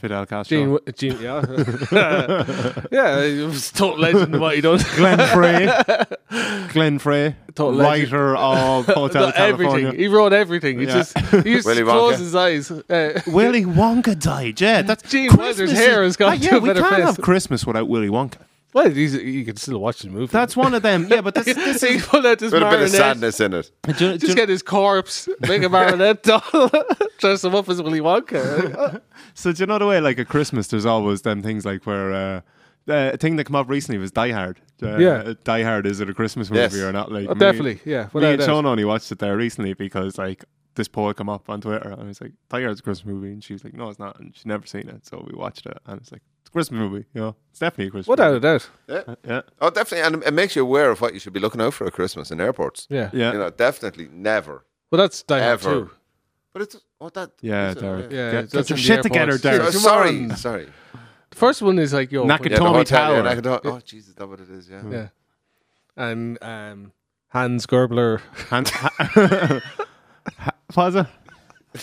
[SPEAKER 3] Fidel Castro.
[SPEAKER 2] Gene, Wi- Gene yeah, yeah, he was total legend. in What he does,
[SPEAKER 3] Glenn Frey. Glenn Frey,
[SPEAKER 2] Total legend.
[SPEAKER 3] writer of Hotel
[SPEAKER 2] No,
[SPEAKER 3] California.
[SPEAKER 2] everything. He wrote everything. He
[SPEAKER 3] Yeah.
[SPEAKER 2] just he used
[SPEAKER 4] Willy
[SPEAKER 2] to close
[SPEAKER 4] Wonka.
[SPEAKER 2] his eyes. Uh,
[SPEAKER 3] Willy Wonka died. Yeah, that's
[SPEAKER 2] Gene
[SPEAKER 3] Christmas
[SPEAKER 2] Wilder's
[SPEAKER 3] is-
[SPEAKER 2] Mm. hair has gone
[SPEAKER 3] Ah, yeah,
[SPEAKER 2] to a
[SPEAKER 3] we
[SPEAKER 2] better
[SPEAKER 3] can't
[SPEAKER 2] place.
[SPEAKER 3] have Christmas without Willy Wonka.
[SPEAKER 2] well, he's, you can still watch the movie.
[SPEAKER 3] That's one of them. Yeah, but this, this
[SPEAKER 2] he
[SPEAKER 3] is
[SPEAKER 2] pulled out his
[SPEAKER 4] With a bit of
[SPEAKER 2] marionette.
[SPEAKER 4] sadness in it.
[SPEAKER 3] do you- do you-
[SPEAKER 2] Just get his corpse, make a marionette doll, dress him up as Willy Wonka.
[SPEAKER 3] so. Do you know the way? Like at Christmas, there's always them things like where. Uh, uh, a thing that came up recently was Die Hard. Uh,
[SPEAKER 2] Yeah.
[SPEAKER 3] Die Hard is it a Christmas movie
[SPEAKER 4] Yes.
[SPEAKER 3] or not? Like
[SPEAKER 2] Oh,
[SPEAKER 3] me-
[SPEAKER 2] definitely, yeah,
[SPEAKER 3] Me
[SPEAKER 2] without
[SPEAKER 3] and
[SPEAKER 2] doubt.
[SPEAKER 3] Sean only watched it there recently because like this poll came up on Twitter and I was like, Die Hard's a Christmas movie, and she was like, No, it's not, and she'd never seen it, so we watched it, and it's like it's a Christmas movie, you know, it's definitely a Christmas.
[SPEAKER 2] Without a
[SPEAKER 3] movie.
[SPEAKER 2] doubt.
[SPEAKER 4] Yeah.
[SPEAKER 3] Yeah,
[SPEAKER 4] Oh, definitely, and it makes you aware of what you should be looking out for at Christmas in airports.
[SPEAKER 2] Yeah.
[SPEAKER 3] yeah,
[SPEAKER 4] You know, definitely never.
[SPEAKER 2] Well, that's Die Hard
[SPEAKER 4] Ever.
[SPEAKER 2] 2.
[SPEAKER 4] But it's oh that
[SPEAKER 3] yeah.
[SPEAKER 4] is it?
[SPEAKER 3] Derek,
[SPEAKER 2] Yeah,
[SPEAKER 3] get,
[SPEAKER 2] it's
[SPEAKER 3] get
[SPEAKER 2] just
[SPEAKER 3] your
[SPEAKER 2] in the
[SPEAKER 3] shit together,
[SPEAKER 2] airports.
[SPEAKER 4] So-
[SPEAKER 3] Derek.
[SPEAKER 4] sorry, sorry.
[SPEAKER 2] The first one is like, yo.
[SPEAKER 3] Knock
[SPEAKER 2] when-
[SPEAKER 3] it Tommy Tower.
[SPEAKER 4] Yeah, Nakatomi- oh Jesus, that what it is. Yeah.
[SPEAKER 2] Yeah. And um, Hans Gerbler.
[SPEAKER 3] Hans, ha, was it?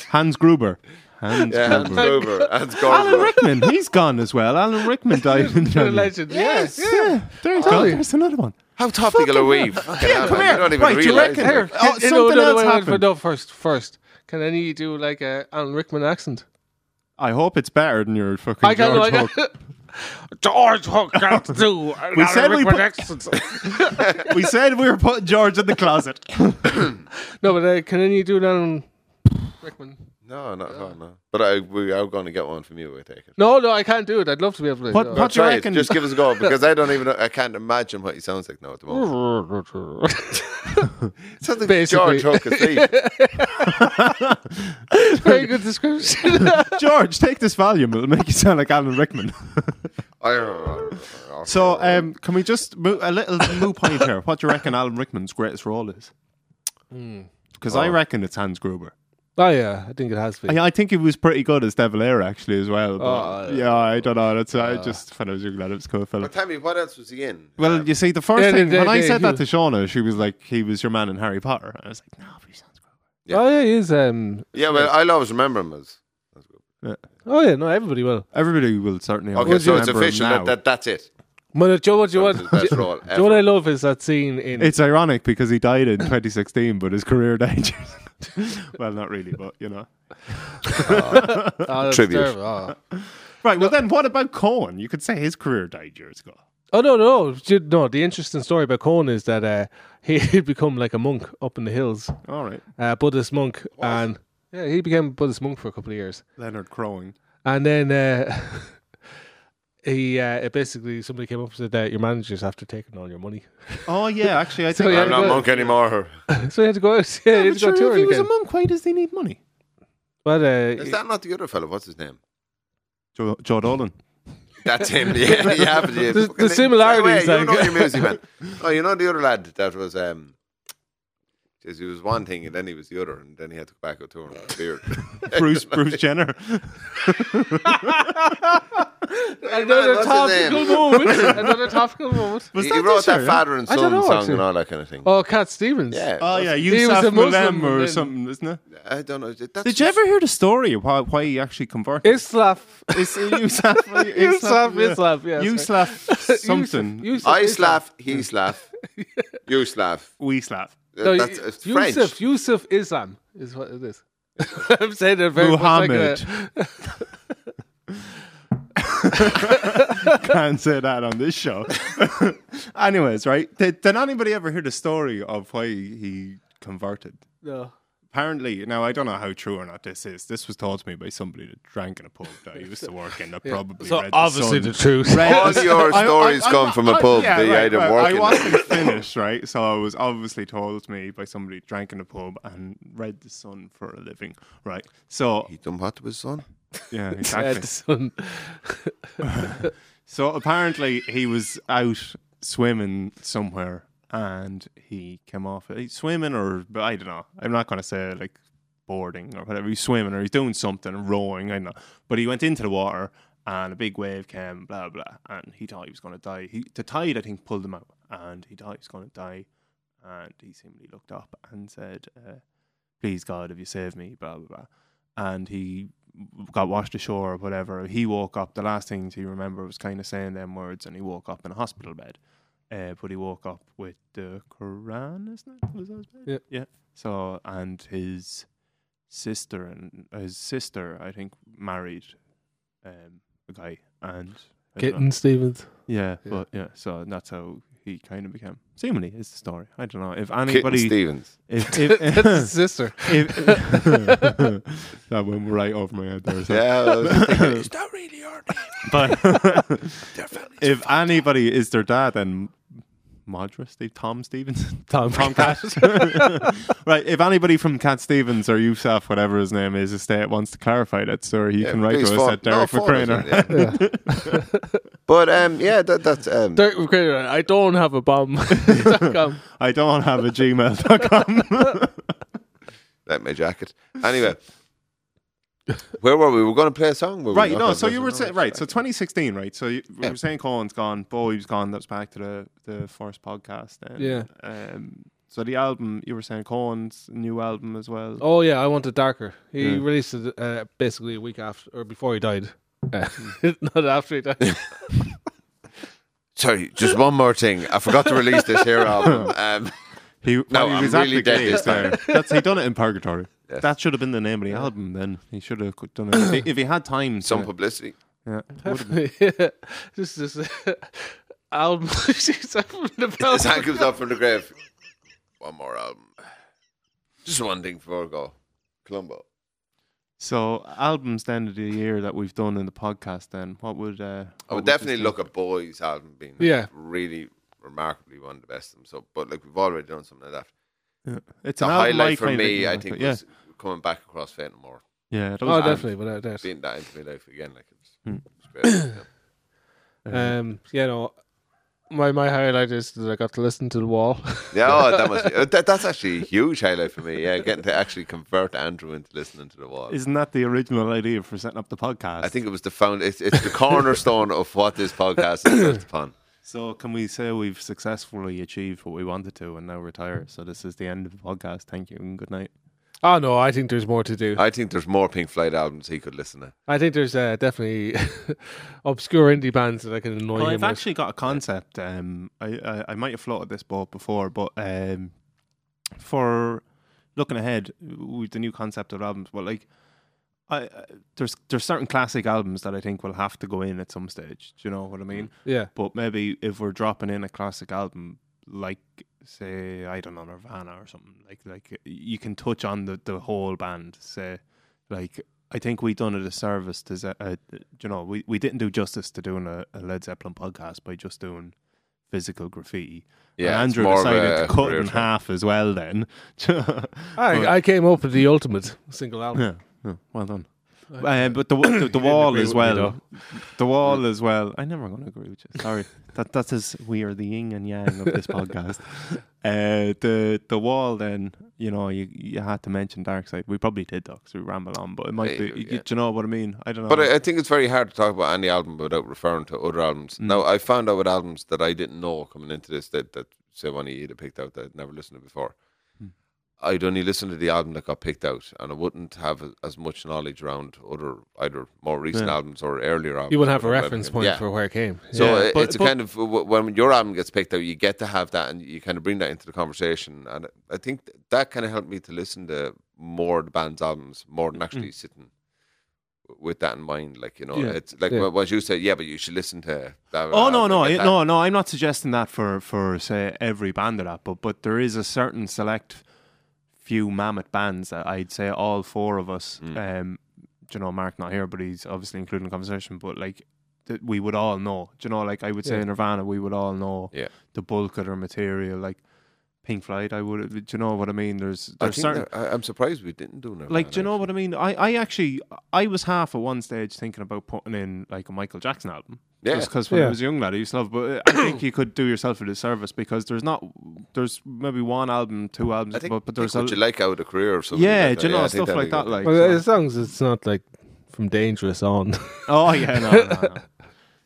[SPEAKER 3] Hans Gruber. Hans
[SPEAKER 4] Yeah, Hans
[SPEAKER 3] Gruber.
[SPEAKER 4] Gruber. Hans
[SPEAKER 3] Alan
[SPEAKER 4] Gruber.
[SPEAKER 3] Rickman, he's gone as well. Alan Rickman died in
[SPEAKER 2] the
[SPEAKER 3] January.
[SPEAKER 2] legend. Yes.
[SPEAKER 3] Yeah, there you go.
[SPEAKER 2] Totally.
[SPEAKER 3] There's another one.
[SPEAKER 4] How topical are we? Fucking hell, man, You don't even
[SPEAKER 3] Right, do you
[SPEAKER 4] realize
[SPEAKER 3] reckon-
[SPEAKER 4] it.
[SPEAKER 3] Here. Oh,
[SPEAKER 2] Can-
[SPEAKER 3] something else
[SPEAKER 2] wait, wait,
[SPEAKER 3] happened.
[SPEAKER 2] wait, No, first, first. Can any do like a Alan Rickman accent?
[SPEAKER 3] I hope it's better than your fucking George
[SPEAKER 2] I
[SPEAKER 3] Hook.
[SPEAKER 2] can. George Hook can't do an
[SPEAKER 3] We
[SPEAKER 2] Alan
[SPEAKER 3] said we
[SPEAKER 2] Rickman
[SPEAKER 3] put-
[SPEAKER 2] accent.
[SPEAKER 3] We said we were putting George in the closet.
[SPEAKER 2] No, but uh, can any do an Alan Rickman?
[SPEAKER 4] No, not at all, no. But I, we are going to get one from you, I take it.
[SPEAKER 2] No, no, I can't do it. I'd love to be able to.
[SPEAKER 3] What-
[SPEAKER 2] no.
[SPEAKER 3] what- do you
[SPEAKER 4] Try it.
[SPEAKER 3] reckon?
[SPEAKER 4] Just give us a go because I don't even know, I can't imagine what he sounds like now at the moment. It sounds like
[SPEAKER 2] Basically.
[SPEAKER 4] George Hook a thief.
[SPEAKER 2] Very good description.
[SPEAKER 3] George, take this volume. It'll make you sound like Alan Rickman.
[SPEAKER 4] I-
[SPEAKER 3] So, um, can we just move a little moo point here? What do you reckon Alan Rickman's greatest role is? Because I reckon it's Hans Gruber.
[SPEAKER 2] oh yeah, I think it has been.
[SPEAKER 3] I, I think he was pretty good as De Valera actually as well. but-
[SPEAKER 2] Oh,
[SPEAKER 3] yeah, I don't know. That's I just thought I was glad it was a cool film.
[SPEAKER 4] But tell me, what else was he in?
[SPEAKER 3] Well, you see, the first
[SPEAKER 2] Yeah,
[SPEAKER 3] thing
[SPEAKER 2] they-
[SPEAKER 3] when I
[SPEAKER 2] they-
[SPEAKER 3] said
[SPEAKER 2] he
[SPEAKER 3] that
[SPEAKER 2] was-
[SPEAKER 3] to Shauna, she was like, "He was your man in Harry Potter." And I was like, "No, but he sounds good."
[SPEAKER 2] Oh yeah, he is. Um,
[SPEAKER 4] yeah, well, I'll always remember him as.
[SPEAKER 2] oh yeah, no, everybody will.
[SPEAKER 3] Everybody will certainly.
[SPEAKER 4] Okay,
[SPEAKER 3] always
[SPEAKER 4] so it's
[SPEAKER 3] remember him
[SPEAKER 4] official.
[SPEAKER 3] now.
[SPEAKER 4] That, that that's it.
[SPEAKER 2] But uh, Joe, what do you
[SPEAKER 4] That's
[SPEAKER 2] want?
[SPEAKER 4] his best
[SPEAKER 2] do-
[SPEAKER 4] role
[SPEAKER 2] do you know what
[SPEAKER 4] ever.
[SPEAKER 2] I love is that scene in.
[SPEAKER 3] It's ironic because he died in 2016, but his career died. well, not really, but you know.
[SPEAKER 2] oh, that's
[SPEAKER 4] Tribute.
[SPEAKER 2] terrible. Oh.
[SPEAKER 3] Right. Well, then what about Cohen? You could say his career died years ago.
[SPEAKER 2] Oh no, no, Ju- no. The interesting story about Cohen is that uh, he he'd become like a monk up in the hills,
[SPEAKER 3] All right.
[SPEAKER 2] uh, Buddhist monk, and yeah, he became a Buddhist monk for a couple of years,
[SPEAKER 3] Leonard Crowing.
[SPEAKER 2] and then uh, he uh, it basically somebody came up and said that your managers after taking all your money,
[SPEAKER 3] Oh yeah, actually, I
[SPEAKER 2] So
[SPEAKER 3] think.
[SPEAKER 2] he had
[SPEAKER 4] I'm
[SPEAKER 2] to
[SPEAKER 4] not
[SPEAKER 2] go-
[SPEAKER 4] monk anymore.
[SPEAKER 2] so he had to go out. Yeah, he had
[SPEAKER 3] Yeah, but
[SPEAKER 2] to go
[SPEAKER 3] sure, if
[SPEAKER 2] touring
[SPEAKER 3] he was a
[SPEAKER 2] again.
[SPEAKER 3] monk, why does he need money?
[SPEAKER 2] But uh,
[SPEAKER 4] Is that not the other fellow? What's his name?
[SPEAKER 3] Joe, Joe Dolan.
[SPEAKER 4] That's him. Yeah, you have to.
[SPEAKER 2] The- the similarities,
[SPEAKER 4] By the way, you
[SPEAKER 2] like-
[SPEAKER 4] know your music man. Oh, you know the other lad that was um. Because he was one thing and then he was the other, and then he had to go back out to her with a beard.
[SPEAKER 3] Bruce Bruce Jenner.
[SPEAKER 2] another
[SPEAKER 4] What's his
[SPEAKER 2] topical
[SPEAKER 4] name?
[SPEAKER 2] moment. another topical moment.
[SPEAKER 3] Was
[SPEAKER 4] he,
[SPEAKER 3] that
[SPEAKER 4] he wrote
[SPEAKER 3] this
[SPEAKER 4] that
[SPEAKER 3] year?
[SPEAKER 4] father and
[SPEAKER 2] I don't
[SPEAKER 4] son
[SPEAKER 2] know,
[SPEAKER 4] song
[SPEAKER 2] actually.
[SPEAKER 4] and all that kind of thing.
[SPEAKER 2] Oh, Cat Stevens.
[SPEAKER 4] yeah.
[SPEAKER 3] Oh yeah,
[SPEAKER 2] was a
[SPEAKER 3] Yusuf
[SPEAKER 2] Muslim
[SPEAKER 3] Malem or
[SPEAKER 2] then.
[SPEAKER 3] something, isn't it?
[SPEAKER 4] I don't know. That's
[SPEAKER 3] Did you ever hear the story of why, why he actually converted?
[SPEAKER 2] Islaf.
[SPEAKER 3] It's Yusuf,
[SPEAKER 2] Yusuf, Yusuf, yeah,
[SPEAKER 3] Yusuf something.
[SPEAKER 4] I Slav, he Slav, you Slav.
[SPEAKER 3] We slap.
[SPEAKER 2] Hmm. No,
[SPEAKER 4] That's
[SPEAKER 2] y-
[SPEAKER 4] it's French.
[SPEAKER 2] Yusuf, Yusuf Islam is what it is. I'm saying it very
[SPEAKER 3] Muhammad.
[SPEAKER 2] much like a,
[SPEAKER 3] Can't say that on this show. Anyways, right? Did, did anybody ever hear the story of why he converted?
[SPEAKER 2] no.
[SPEAKER 3] apparently, now I don't know how true or not this is. This was told to me by somebody that drank in a pub that I used to work in. That probably
[SPEAKER 2] So
[SPEAKER 3] read
[SPEAKER 2] obviously
[SPEAKER 3] the,
[SPEAKER 2] the
[SPEAKER 3] Sun.
[SPEAKER 2] truth.
[SPEAKER 4] All your
[SPEAKER 3] I- I-
[SPEAKER 4] stories
[SPEAKER 3] I'm
[SPEAKER 4] come
[SPEAKER 3] not-
[SPEAKER 4] from a
[SPEAKER 3] I-
[SPEAKER 4] pub.
[SPEAKER 3] yeah,
[SPEAKER 4] they
[SPEAKER 3] right,
[SPEAKER 4] either
[SPEAKER 3] right.
[SPEAKER 4] work
[SPEAKER 3] I
[SPEAKER 4] in
[SPEAKER 3] wasn't finished, right? So I was obviously told to me by somebody that drank in a pub and read the Sun for a living, right? So
[SPEAKER 4] He done what to his son?
[SPEAKER 3] yeah,
[SPEAKER 2] Red
[SPEAKER 3] exactly.
[SPEAKER 2] Sun.
[SPEAKER 3] So apparently he was out swimming somewhere and he came off he's swimming or but I don't know. I'm not gonna say like boarding or whatever. He's swimming or he's doing something, rowing, I don't know. But he went into the water and a big wave came, blah blah, and he thought he was gonna die. He the tide I think pulled him out and he thought he was gonna die and he seemingly looked up and said, uh, please God, have you saved me? Blah blah blah. And he got washed ashore or whatever. He woke up. The last things he remember was kind of saying them words, and he woke up in a hospital bed. Uh, but he woke up with the Quran, isn't it? Was that his bed?
[SPEAKER 2] Yeah.
[SPEAKER 3] Yeah. So and his sister and his sister, I think, married um, a guy and I don't know.
[SPEAKER 2] Kitten Stevens.
[SPEAKER 3] Yeah,
[SPEAKER 2] Yeah.
[SPEAKER 3] but yeah. So that's how he kind of became. Seemingly, is the story. I don't know if
[SPEAKER 4] Kitten
[SPEAKER 3] anybody.
[SPEAKER 4] Stevens.
[SPEAKER 3] If,
[SPEAKER 2] That's his
[SPEAKER 3] if,
[SPEAKER 2] sister.
[SPEAKER 3] if, that went right over my head there. so.
[SPEAKER 4] Yeah, I was thinking, it's not really your name.
[SPEAKER 3] But
[SPEAKER 4] Their family's
[SPEAKER 3] if anybody is their dad, then Madra Steve, Tom Stevenson,
[SPEAKER 2] Tom.
[SPEAKER 3] Tom Cat. right. If anybody from Cat Stevens or Yousaf, whatever his name is, estate wants to clarify that story, he
[SPEAKER 4] Yeah,
[SPEAKER 3] can write
[SPEAKER 4] please
[SPEAKER 3] to us
[SPEAKER 4] phone-
[SPEAKER 3] at Derek
[SPEAKER 4] no, phone us,
[SPEAKER 3] McCraner.
[SPEAKER 4] yeah. but um, yeah, that, that's um,
[SPEAKER 2] Dirk McCrae, I don't have a bomb. um, Dot com.
[SPEAKER 3] I don't have a gmail.com.
[SPEAKER 4] that my jacket. Anyway, where were we? We were going to play a song. were we
[SPEAKER 3] right.
[SPEAKER 4] not?
[SPEAKER 3] No.
[SPEAKER 4] That
[SPEAKER 3] So you
[SPEAKER 4] wasn't-
[SPEAKER 3] were
[SPEAKER 4] no,
[SPEAKER 3] saying
[SPEAKER 4] that's
[SPEAKER 3] right. So 2016. Right. So you, we
[SPEAKER 4] Yeah.
[SPEAKER 3] were saying Colin's gone, Bowie's gone. That's back to the the first podcast. Then.
[SPEAKER 2] Yeah.
[SPEAKER 3] Um, so the album you were saying Colin's new album as well.
[SPEAKER 2] Oh yeah, I want it darker. He
[SPEAKER 3] Yeah.
[SPEAKER 2] released it uh, basically a week after or before he died. Uh, not after he died.
[SPEAKER 4] Sorry, just one more thing. I forgot to release this here album. Um,
[SPEAKER 3] He, well, he
[SPEAKER 4] I'm
[SPEAKER 3] was at
[SPEAKER 4] really
[SPEAKER 3] the
[SPEAKER 4] dead
[SPEAKER 3] gate
[SPEAKER 4] this time.
[SPEAKER 3] there. That's, he done it in Purgatory.
[SPEAKER 4] Yes.
[SPEAKER 3] That should have been the name of the album. Then he should have done it if he, if he had time.
[SPEAKER 4] some
[SPEAKER 3] to,
[SPEAKER 4] publicity.
[SPEAKER 3] yeah.
[SPEAKER 2] just this uh, album. she's up from the
[SPEAKER 3] Oh.
[SPEAKER 4] His hand
[SPEAKER 2] belt.
[SPEAKER 4] comes up from the grave. One more album. Just one thing before we go. Columbo.
[SPEAKER 3] So albums then of the year that we've done in the podcast. Then what would uh,
[SPEAKER 4] I
[SPEAKER 3] what
[SPEAKER 4] would
[SPEAKER 3] you
[SPEAKER 4] definitely
[SPEAKER 3] say?
[SPEAKER 4] look at Boy's album being
[SPEAKER 2] Yeah.
[SPEAKER 4] really remarkably one of the best of them. So, but like we've already done something like that.
[SPEAKER 3] It's
[SPEAKER 4] The
[SPEAKER 3] an album
[SPEAKER 4] highlight for
[SPEAKER 3] kinda
[SPEAKER 4] me, I
[SPEAKER 3] like,
[SPEAKER 4] think,
[SPEAKER 3] Yeah,
[SPEAKER 4] was coming back across Fate No More,
[SPEAKER 3] yeah. That
[SPEAKER 2] Oh,
[SPEAKER 3] was,
[SPEAKER 2] definitely, without doubt.
[SPEAKER 4] being that into my life again. Like it's,
[SPEAKER 3] Hmm.
[SPEAKER 4] it's great. yeah.
[SPEAKER 2] Um, you know, my my highlight is that I got to listen to the wall.
[SPEAKER 4] Yeah, oh, that must be, uh, that, that's actually a huge highlight for me. Yeah, getting to actually convert Andrew into listening to the wall.
[SPEAKER 3] Isn't that the original idea for setting up the podcast?
[SPEAKER 4] I think it was the found. It's, it's the cornerstone of what this podcast is built upon.
[SPEAKER 3] so. Can we say we've successfully achieved what we wanted to, and now retire? So this is the end of the podcast. Thank you and good night.
[SPEAKER 2] oh no, I think there's more to do.
[SPEAKER 4] I think there's more Pink Floyd albums he could listen to.
[SPEAKER 2] I think there's uh, definitely obscure indie bands that I can annoy
[SPEAKER 3] Well,
[SPEAKER 2] him
[SPEAKER 3] I've
[SPEAKER 2] with.
[SPEAKER 3] actually got a concept. Um, I, I I might have floated this boat before, but um, for looking ahead with the new concept of albums, but like, I, I there's there's certain classic albums that I think will have to go in at some stage. Do you know what I mean?
[SPEAKER 2] yeah,
[SPEAKER 3] But maybe if we're dropping in a classic album, like say I don't know Nirvana or something, like like you can touch on the the whole band. Say like I think we done a disservice to Ze- uh, you know we we didn't do justice to doing a, a Led Zeppelin podcast by just doing physical graffiti.
[SPEAKER 4] Yeah,
[SPEAKER 3] and
[SPEAKER 4] it's
[SPEAKER 3] Andrew
[SPEAKER 4] more of a
[SPEAKER 3] decided to cut
[SPEAKER 4] career
[SPEAKER 3] in
[SPEAKER 4] choice.
[SPEAKER 3] half as well. Then
[SPEAKER 2] I, I came up with the ultimate single album.
[SPEAKER 3] yeah, yeah, well done. Uh, but the the, the wall
[SPEAKER 2] agree
[SPEAKER 3] as
[SPEAKER 2] with me,
[SPEAKER 3] well.
[SPEAKER 2] though.
[SPEAKER 3] The wall as well. I never going to agree with you. Sorry. that that is we are the yin and yang of this podcast. Uh, the the wall. Then you know you you had to mention dark side. We probably did though, 'cause we ramble on. But it might
[SPEAKER 4] Yeah,
[SPEAKER 3] be.
[SPEAKER 4] you do,
[SPEAKER 3] you-
[SPEAKER 4] oh, yeah.
[SPEAKER 3] Do you know what I mean? I don't know.
[SPEAKER 4] But I, I think it's very hard to talk about any album without referring to other albums.
[SPEAKER 2] Mm.
[SPEAKER 4] Now, I found out with albums that I didn't know coming into this that, that say one you had picked out that I'd never listened to before.
[SPEAKER 2] Mm.
[SPEAKER 4] I'd only listened to the album that got picked out, and I wouldn't have a- as much knowledge around other either more recent
[SPEAKER 3] Yeah.
[SPEAKER 4] albums or earlier albums.
[SPEAKER 2] You wouldn't have a
[SPEAKER 4] or whatever.
[SPEAKER 2] reference point
[SPEAKER 4] Yeah.
[SPEAKER 2] for where it came.
[SPEAKER 4] So
[SPEAKER 3] Yeah,
[SPEAKER 4] it-
[SPEAKER 3] but-
[SPEAKER 4] it's a
[SPEAKER 3] but-
[SPEAKER 4] kind of w- when your album gets picked out, you get to have that, and you kind of bring that into the conversation. And I think th- that kind of helped me to listen to more of the band's albums more than
[SPEAKER 3] Mm.
[SPEAKER 4] actually sitting w- with that in mind. Like you know,
[SPEAKER 2] Yeah,
[SPEAKER 4] it's like
[SPEAKER 2] yeah.
[SPEAKER 4] what, what you said. Yeah, but you should listen to. Blah, blah,
[SPEAKER 3] Oh no
[SPEAKER 4] blah,"
[SPEAKER 3] no
[SPEAKER 4] and get
[SPEAKER 3] I,
[SPEAKER 4] that.
[SPEAKER 3] no no! I'm not suggesting that for for say every band of that, but but there is a certain select few mammoth bands that I'd say all four of us,
[SPEAKER 4] Hmm.
[SPEAKER 3] um, do you know, Mark not here, but he's obviously included in the conversation, but like that we would all know, do you know, like I would say
[SPEAKER 2] Yeah.
[SPEAKER 3] Nirvana, we would all know
[SPEAKER 4] Yeah.
[SPEAKER 3] the bulk of their material, like Pink Floyd, I would, do you know what I mean? There's,
[SPEAKER 4] I
[SPEAKER 3] there's
[SPEAKER 4] think
[SPEAKER 3] certain,
[SPEAKER 4] that- I, I'm surprised we didn't do Nirvana.
[SPEAKER 3] like, do you know
[SPEAKER 4] actually.
[SPEAKER 3] what I mean? I, I actually, I was half at one stage thinking about putting in like a Michael Jackson album.
[SPEAKER 4] Yeah.
[SPEAKER 3] Just because when
[SPEAKER 2] Yeah.
[SPEAKER 3] I was a young lad, I used to love. But uh, I think you could do yourself a disservice because there's not, there's maybe one album, two albums,
[SPEAKER 4] I think,
[SPEAKER 3] but, but
[SPEAKER 4] there's
[SPEAKER 3] there's
[SPEAKER 4] what
[SPEAKER 3] a,
[SPEAKER 4] you like out of career or something.
[SPEAKER 3] yeah,
[SPEAKER 4] like
[SPEAKER 3] do you
[SPEAKER 4] that.
[SPEAKER 3] know
[SPEAKER 4] Yeah, I think
[SPEAKER 3] stuff
[SPEAKER 4] that'd
[SPEAKER 3] like
[SPEAKER 4] be
[SPEAKER 3] that?
[SPEAKER 4] good.
[SPEAKER 3] Like,
[SPEAKER 2] Well,
[SPEAKER 3] so-
[SPEAKER 2] as long as it's not like from dangerous on.
[SPEAKER 3] oh yeah, no, no, no.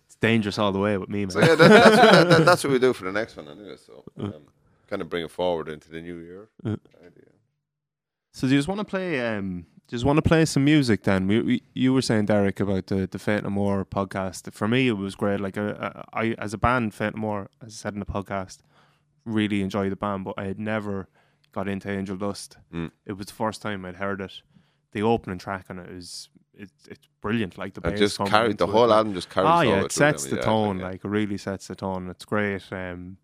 [SPEAKER 3] it's dangerous all the way with me, man.
[SPEAKER 4] So yeah, that, that's, what, that, that's what we do for the next one anyway. So um, kind of bring it forward into the new year.
[SPEAKER 3] Mm.
[SPEAKER 4] Idea.
[SPEAKER 3] So do you just want to play? Um, do you just want to play some music. Then we, we you were saying Derek about the the Fate No More podcast. For me, it was great. Like uh, uh, I as a band, Fate No More, as I said in the podcast, really enjoy the band, but I had never got into Angel Dust.
[SPEAKER 4] Mm.
[SPEAKER 3] It was the first time I'd heard it. The opening track on it is it's it's brilliant. Like the
[SPEAKER 4] And
[SPEAKER 3] bass
[SPEAKER 4] just
[SPEAKER 3] pumping
[SPEAKER 4] carried the
[SPEAKER 3] into it,
[SPEAKER 4] whole
[SPEAKER 3] like-
[SPEAKER 4] album. Just carries.
[SPEAKER 3] Ah,
[SPEAKER 4] all the way
[SPEAKER 3] yeah,
[SPEAKER 4] through
[SPEAKER 3] it sets
[SPEAKER 4] them,
[SPEAKER 3] the
[SPEAKER 4] yeah,
[SPEAKER 3] tone.
[SPEAKER 4] yeah.
[SPEAKER 3] Like it really sets the tone. It's great. Um,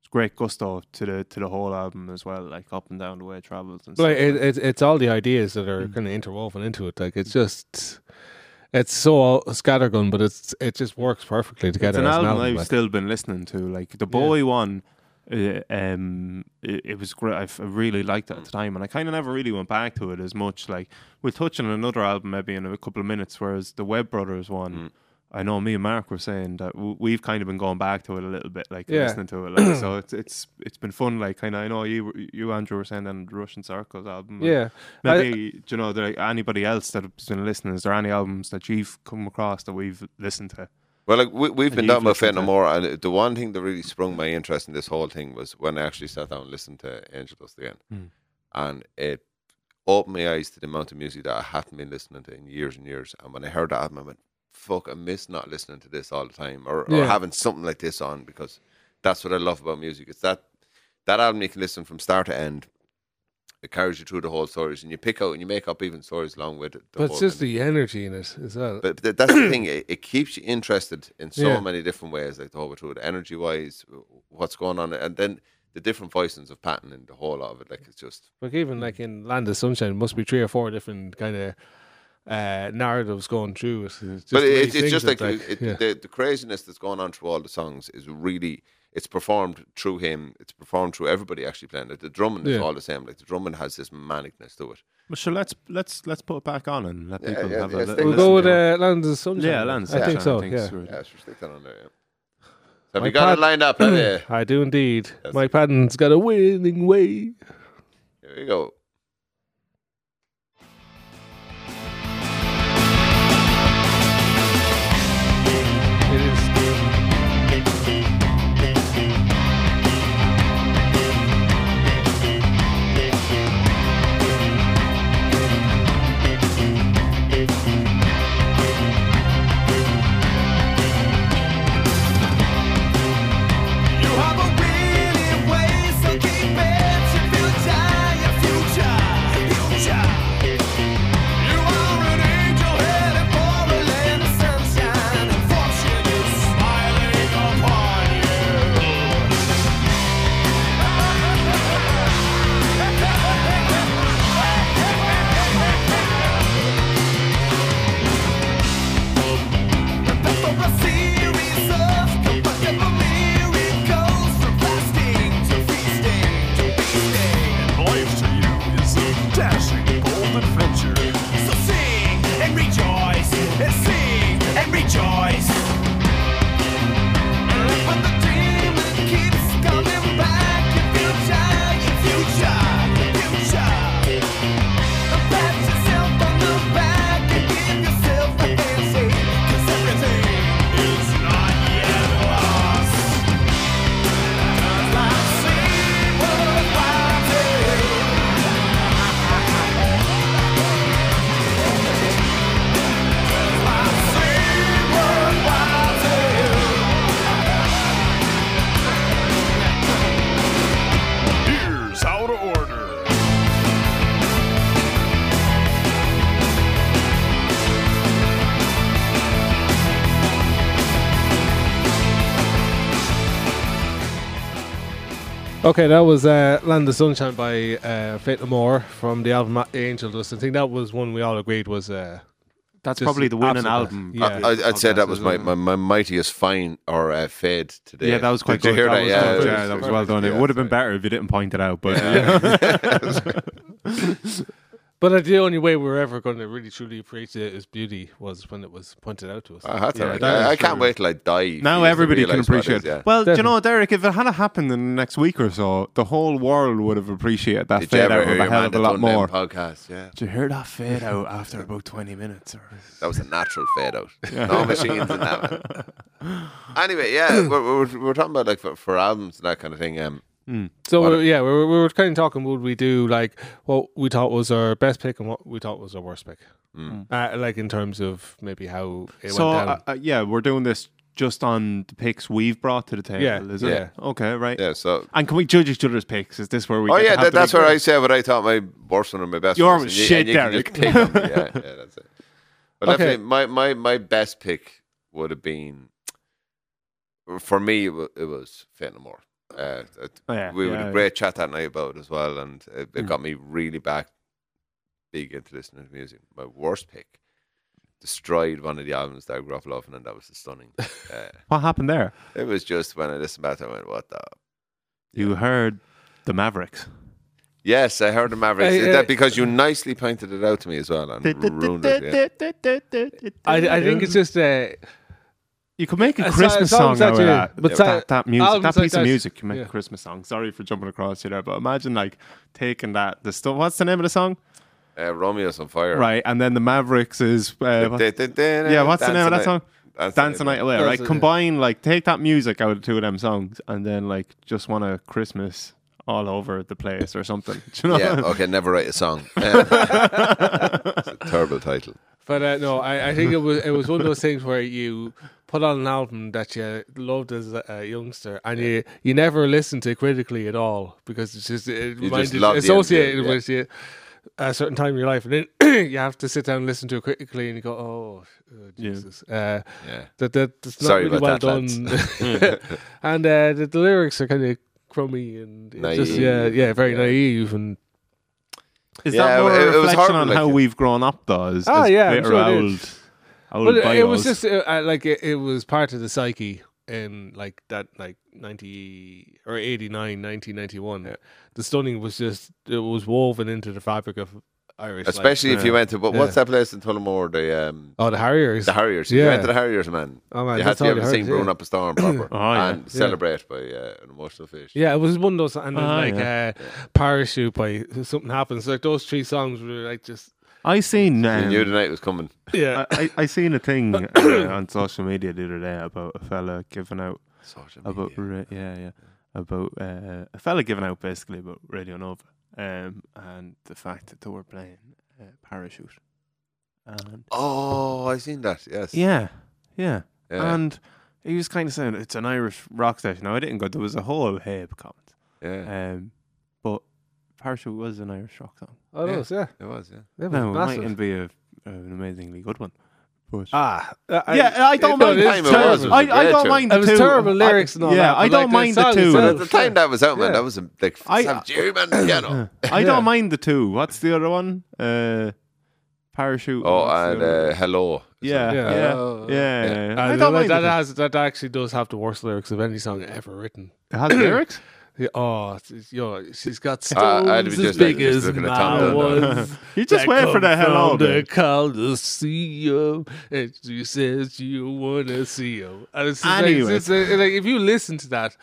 [SPEAKER 3] it's great gusto to the to the whole album as well. Like up and down the way it travels and stuff.
[SPEAKER 2] Like it, it, it's all the ideas that are kind of interwoven into it. Like it's just, it's so scattergun, but it's it just works perfectly together.
[SPEAKER 3] It's
[SPEAKER 2] as
[SPEAKER 3] an album I've
[SPEAKER 2] like.
[SPEAKER 3] still been listening to. Like the Bowie one, uh, um, it, it was great. I f- I really liked it at the time, and I kind of never really went back to it as much. Like we'll touch on another album maybe in a couple of minutes, whereas the Web Brothers one.
[SPEAKER 2] Mm.
[SPEAKER 3] I know me and Mark were saying that w- we've kind of been going back to it a little bit, like
[SPEAKER 2] Yeah.
[SPEAKER 3] listening to it. Like, so it's it's it's been fun. Like kind of, I know you were- you Andrew were saying on the Russian Circles album. and
[SPEAKER 2] yeah, I-
[SPEAKER 3] Maybe do you know there, anybody else that's been listening? Is there any albums that you've come across that we've listened to?
[SPEAKER 4] Well, like we, we've
[SPEAKER 3] And
[SPEAKER 4] been
[SPEAKER 3] you've
[SPEAKER 4] talking about
[SPEAKER 3] listened
[SPEAKER 4] Fate No
[SPEAKER 3] to-
[SPEAKER 4] More, and the one thing that really sprung my interest in this whole thing was when I actually sat down and listened to Angel Dust again,
[SPEAKER 3] Mm.
[SPEAKER 4] and it opened my eyes to the amount of music that I hadn't been listening to in years and years. And when I heard that album, I went, "Fuck, I miss not listening to this all the time, or, or
[SPEAKER 2] Yeah.
[SPEAKER 4] having something like this on because that's what I love about music. It's that that album you can listen from start to end." It carries you through the whole stories, and you pick out and you make up even stories along with it. the
[SPEAKER 2] but it's
[SPEAKER 4] whole
[SPEAKER 2] just
[SPEAKER 4] thing.
[SPEAKER 2] the energy in it as well.
[SPEAKER 4] But th- that's the thing; it, it keeps you interested in so
[SPEAKER 2] Yeah.
[SPEAKER 4] many different ways, like the whole way through it, energy-wise, w- what's going on, and then the different voicings of Patton and the whole lot of it. Like it's just
[SPEAKER 2] Like even like in Land of Sunshine, it must be three or four different kind of uh, narratives going through it. It's
[SPEAKER 4] but
[SPEAKER 2] the way he
[SPEAKER 4] it, it's
[SPEAKER 2] sings
[SPEAKER 4] just like,
[SPEAKER 2] like,
[SPEAKER 4] it,
[SPEAKER 2] yeah.
[SPEAKER 4] the, the craziness that's going on through all the songs is really it's performed through him it's performed through everybody actually playing it the drumming is
[SPEAKER 2] Yeah.
[SPEAKER 4] all the same like the drumming has this manicness to it
[SPEAKER 3] Well, sure. Let's let's let's put it back on and let
[SPEAKER 4] Yeah,
[SPEAKER 3] people
[SPEAKER 4] yeah,
[SPEAKER 3] have
[SPEAKER 4] yeah,
[SPEAKER 3] a little.
[SPEAKER 4] stick
[SPEAKER 2] we'll
[SPEAKER 4] it.
[SPEAKER 3] listen
[SPEAKER 2] go with
[SPEAKER 3] to it.
[SPEAKER 2] uh, Land of Sunshine.
[SPEAKER 3] yeah, Lance.
[SPEAKER 2] I think so. yeah.
[SPEAKER 4] yeah so stick that on there yeah. So have
[SPEAKER 2] My
[SPEAKER 4] you got
[SPEAKER 2] pad-
[SPEAKER 4] it lined up have you?
[SPEAKER 2] I do indeed.
[SPEAKER 4] That's
[SPEAKER 2] Mike Patton's got a winning way.
[SPEAKER 4] here we go
[SPEAKER 2] It is
[SPEAKER 5] You have a winning way, so keep it till you die. Your future
[SPEAKER 2] Okay, that was uh, "Land of Sunshine" by uh, Faith No More from the album Angel Dust. I think that was one we all agreed was. Uh,
[SPEAKER 3] That's
[SPEAKER 2] Just
[SPEAKER 3] probably the winning
[SPEAKER 2] absolute-
[SPEAKER 3] album.
[SPEAKER 2] Yeah.
[SPEAKER 4] I, I'd say that was my,
[SPEAKER 3] Yeah,
[SPEAKER 4] my, my mightiest fine or uh, fade today.
[SPEAKER 3] that was quite
[SPEAKER 4] Did
[SPEAKER 3] good.
[SPEAKER 4] you hear
[SPEAKER 3] that
[SPEAKER 4] that?
[SPEAKER 3] was
[SPEAKER 4] yeah,
[SPEAKER 3] good.
[SPEAKER 4] it
[SPEAKER 3] Yeah,
[SPEAKER 4] was-
[SPEAKER 3] that was well done.
[SPEAKER 4] yeah,
[SPEAKER 3] it would have been
[SPEAKER 4] sorry.
[SPEAKER 3] better if you didn't point it out, but
[SPEAKER 2] but uh, the only way we were ever going to really truly appreciate its beauty was when it was pointed out to us.
[SPEAKER 4] Oh, that's
[SPEAKER 3] Yeah,
[SPEAKER 4] all right.
[SPEAKER 3] that
[SPEAKER 4] I, I
[SPEAKER 3] is
[SPEAKER 4] can't
[SPEAKER 3] true.
[SPEAKER 4] wait till I die.
[SPEAKER 3] now
[SPEAKER 4] to
[SPEAKER 3] everybody can
[SPEAKER 4] realise what
[SPEAKER 3] appreciate.
[SPEAKER 4] is, yeah.
[SPEAKER 3] Well, do you
[SPEAKER 2] Definitely.
[SPEAKER 3] know, Derek, if it had happened in the next week or so, the whole world would have appreciated that
[SPEAKER 4] Did you
[SPEAKER 3] fade
[SPEAKER 4] ever
[SPEAKER 3] out
[SPEAKER 4] hear
[SPEAKER 3] with a
[SPEAKER 4] your
[SPEAKER 3] hell
[SPEAKER 4] man
[SPEAKER 3] of
[SPEAKER 4] that
[SPEAKER 3] a lot
[SPEAKER 4] done them
[SPEAKER 3] more.
[SPEAKER 4] podcasts? Yeah,
[SPEAKER 3] Did you hear that fade out after about twenty minutes? Or
[SPEAKER 4] that was a natural fade out. No machines in that one. Anyway, yeah, we're, we're, we're talking about like for, for albums and that kind of thing. Um,
[SPEAKER 2] So
[SPEAKER 4] What-
[SPEAKER 2] we yeah, we were, we were kind of talking would we do like what we thought was our best pick and what we thought was our worst pick, uh, like in terms of maybe how it
[SPEAKER 3] so
[SPEAKER 2] went down.
[SPEAKER 3] uh, uh, yeah, we're doing this just on the picks we've brought to the table.
[SPEAKER 2] Yeah,
[SPEAKER 3] is
[SPEAKER 2] yeah.
[SPEAKER 3] it? Okay, right.
[SPEAKER 4] yeah, so
[SPEAKER 3] And can we judge each other's picks? Is this where we?
[SPEAKER 4] Oh
[SPEAKER 3] get to
[SPEAKER 4] yeah,
[SPEAKER 3] have
[SPEAKER 4] that,
[SPEAKER 3] the
[SPEAKER 4] that's
[SPEAKER 3] big
[SPEAKER 4] where I
[SPEAKER 3] ones?
[SPEAKER 4] said what I thought my worst one or my best.
[SPEAKER 3] Your
[SPEAKER 4] one
[SPEAKER 3] was shit, Derek.
[SPEAKER 4] pick 'em. Yeah, yeah, that's it. But
[SPEAKER 2] Okay.
[SPEAKER 4] definitely, my, my my best pick would have been for me. It was, it was Fenimore. Uh, it-
[SPEAKER 3] Oh, yeah,
[SPEAKER 4] we
[SPEAKER 3] yeah,
[SPEAKER 4] had a
[SPEAKER 3] yeah. Hmm.
[SPEAKER 4] great chat that night about it as well, and it, it got me really back big into listening to music. My worst pick destroyed one of the albums that I grew up loving, and that was the stunning. Uh,
[SPEAKER 3] What happened there?
[SPEAKER 4] it was just when I listened back, I went, "What the
[SPEAKER 3] You heard the Mavericks.
[SPEAKER 4] Yes, I heard the Mavericks.
[SPEAKER 2] Hey,
[SPEAKER 4] Is
[SPEAKER 2] uh,
[SPEAKER 4] that because you nicely pointed it out to me as well and ruined it. yeah.
[SPEAKER 2] I, I think it's just uh,
[SPEAKER 3] you could make a
[SPEAKER 2] Uh, so- songs
[SPEAKER 3] Christmas song out
[SPEAKER 2] that
[SPEAKER 3] of
[SPEAKER 2] you-
[SPEAKER 3] that.
[SPEAKER 2] but
[SPEAKER 3] But
[SPEAKER 2] so-
[SPEAKER 3] that, that music,
[SPEAKER 2] albums
[SPEAKER 3] that
[SPEAKER 2] like
[SPEAKER 3] piece
[SPEAKER 2] that-
[SPEAKER 3] of music, you make
[SPEAKER 2] yeah.
[SPEAKER 3] a Christmas song. Sorry for jumping across you there, but imagine like taking that. The stu- what's the name of the song?
[SPEAKER 4] Uh, Romeo's on fire.
[SPEAKER 3] Right, and then the Mavericks is uh, what's-
[SPEAKER 4] Yeah,
[SPEAKER 3] yeah. What's the name of that song?
[SPEAKER 4] Dance,
[SPEAKER 3] Dance the night away.
[SPEAKER 2] Dance
[SPEAKER 3] Right,
[SPEAKER 2] the-
[SPEAKER 3] combine like take that music out of two of them songs, and then like just want a Christmas all over the place or something. Do you know?
[SPEAKER 4] Yeah, okay, never write a song. it's a terrible title.
[SPEAKER 2] But uh, no, I, I think it was it was one of those things where you put on an album that you loved as a, a youngster, and you you never listened to it critically at all because it's just it reminded
[SPEAKER 4] love the
[SPEAKER 2] associated
[SPEAKER 4] idea,
[SPEAKER 2] with you a certain time in your life, and then you have to sit down and listen to it critically, and you go, oh, uh, Jesus, uh,
[SPEAKER 4] Yeah.
[SPEAKER 2] that that that's not
[SPEAKER 4] Sorry
[SPEAKER 2] really well
[SPEAKER 4] about
[SPEAKER 2] done, and uh, the, the lyrics are kind of crummy and it's just
[SPEAKER 4] Naive.
[SPEAKER 2] yeah, yeah, very
[SPEAKER 4] Yeah.
[SPEAKER 2] naive and
[SPEAKER 3] Is
[SPEAKER 4] Yeah,
[SPEAKER 3] that more
[SPEAKER 4] it- it
[SPEAKER 3] a
[SPEAKER 4] was
[SPEAKER 3] reflection
[SPEAKER 4] horrible,
[SPEAKER 3] on
[SPEAKER 4] like,
[SPEAKER 3] how
[SPEAKER 4] yeah.
[SPEAKER 3] we've grown up, though? As,
[SPEAKER 2] Ah,
[SPEAKER 3] as
[SPEAKER 2] yeah, I'm
[SPEAKER 3] bitter
[SPEAKER 2] sure it
[SPEAKER 3] old,
[SPEAKER 2] is.
[SPEAKER 3] old
[SPEAKER 2] But it, it was
[SPEAKER 3] bios.
[SPEAKER 2] just uh, uh, like it, it was part of the psyche in like that like 90 or 89 1991 the stunning was just it was woven into the fabric of irish life.
[SPEAKER 4] Especially if
[SPEAKER 3] uh,
[SPEAKER 4] you went to, what, what's
[SPEAKER 2] Yeah.
[SPEAKER 4] that place in Tullamore? The, um,
[SPEAKER 2] oh the harriers
[SPEAKER 4] the Harriers. If You
[SPEAKER 2] Yeah.
[SPEAKER 4] went to the Harriers, man.
[SPEAKER 2] Oh, man,
[SPEAKER 4] you had
[SPEAKER 2] that's
[SPEAKER 4] to
[SPEAKER 2] all
[SPEAKER 4] be able
[SPEAKER 2] the
[SPEAKER 4] to sing
[SPEAKER 2] Harriers,
[SPEAKER 4] Brewing
[SPEAKER 2] yeah.
[SPEAKER 4] Up a Storm proper
[SPEAKER 3] Oh, yeah.
[SPEAKER 4] and celebrate by uh, an emotional fish.
[SPEAKER 2] yeah, it was one of those, and then
[SPEAKER 3] Ah,
[SPEAKER 2] like uh, parachute by something happens. Like those three songs were like just
[SPEAKER 3] I seen.
[SPEAKER 4] You knew
[SPEAKER 3] Um,
[SPEAKER 4] the night was coming.
[SPEAKER 2] yeah.
[SPEAKER 3] I, I, I seen a thing uh, on social media the other day about a fella giving out
[SPEAKER 4] Social media.
[SPEAKER 3] about ra- yeah yeah about uh, a fella giving out basically about Radio Nova um, and the fact that they were playing uh, Parachute and
[SPEAKER 4] Oh, I seen that. Yes. Uh,
[SPEAKER 3] yeah yeah
[SPEAKER 4] Yeah.
[SPEAKER 3] and he was kind of saying it's an Irish rock station. Now I didn't go. There was a whole Habe comment,
[SPEAKER 4] yeah.
[SPEAKER 3] um, but Parachute was an Irish rock song.
[SPEAKER 2] oh, those, yeah,
[SPEAKER 4] It was, yeah.
[SPEAKER 2] They were
[SPEAKER 3] No, it
[SPEAKER 2] massive.
[SPEAKER 3] mightn't be a, an amazingly good one. But
[SPEAKER 2] ah, I-
[SPEAKER 3] yeah, I don't
[SPEAKER 2] no,
[SPEAKER 3] mind.
[SPEAKER 2] it
[SPEAKER 4] is
[SPEAKER 3] the two.
[SPEAKER 4] terrible. It was a
[SPEAKER 3] I, I
[SPEAKER 4] great
[SPEAKER 3] don't
[SPEAKER 4] tune.
[SPEAKER 3] mind the
[SPEAKER 2] It was
[SPEAKER 3] two.
[SPEAKER 2] terrible lyrics
[SPEAKER 3] I,
[SPEAKER 2] and all
[SPEAKER 3] yeah,
[SPEAKER 2] that,
[SPEAKER 3] I
[SPEAKER 2] but,
[SPEAKER 3] don't
[SPEAKER 2] like,
[SPEAKER 3] mind
[SPEAKER 2] the
[SPEAKER 3] the
[SPEAKER 2] song
[SPEAKER 3] two.
[SPEAKER 4] At
[SPEAKER 2] itself-
[SPEAKER 4] the time that was out, man,
[SPEAKER 2] Yeah. uh,
[SPEAKER 4] that was a like
[SPEAKER 3] I-
[SPEAKER 4] some German piano.
[SPEAKER 3] I
[SPEAKER 2] Yeah.
[SPEAKER 3] don't mind the two. What's the other one? Uh, parachute.
[SPEAKER 4] Oh,
[SPEAKER 3] what's the
[SPEAKER 4] and
[SPEAKER 3] other
[SPEAKER 4] uh,
[SPEAKER 3] one?
[SPEAKER 4] hello.
[SPEAKER 3] yeah,
[SPEAKER 2] Yeah.
[SPEAKER 3] yeah,
[SPEAKER 4] Oh,
[SPEAKER 3] yeah. yeah.
[SPEAKER 4] yeah.
[SPEAKER 2] Uh,
[SPEAKER 3] I don't
[SPEAKER 2] that,
[SPEAKER 3] mind.
[SPEAKER 2] that
[SPEAKER 3] That,
[SPEAKER 2] has that actually does have the worst lyrics of any song ever written.
[SPEAKER 3] it has lyrics.
[SPEAKER 2] Yeah, oh, it's- it's- yo, she's got
[SPEAKER 4] Uh,
[SPEAKER 2] stones
[SPEAKER 4] I'd be
[SPEAKER 2] as
[SPEAKER 4] just- I'd
[SPEAKER 2] big
[SPEAKER 4] be just
[SPEAKER 2] as
[SPEAKER 4] looking at Tom
[SPEAKER 2] mine
[SPEAKER 4] Dunne.
[SPEAKER 2] was.
[SPEAKER 3] You just
[SPEAKER 2] that
[SPEAKER 3] wait for
[SPEAKER 2] come
[SPEAKER 3] the hello.
[SPEAKER 2] from the
[SPEAKER 3] bit.
[SPEAKER 2] Coliseum, and she says you wanna see him. And it's just
[SPEAKER 3] Anyway.
[SPEAKER 2] like, it's like- like, if you listen to that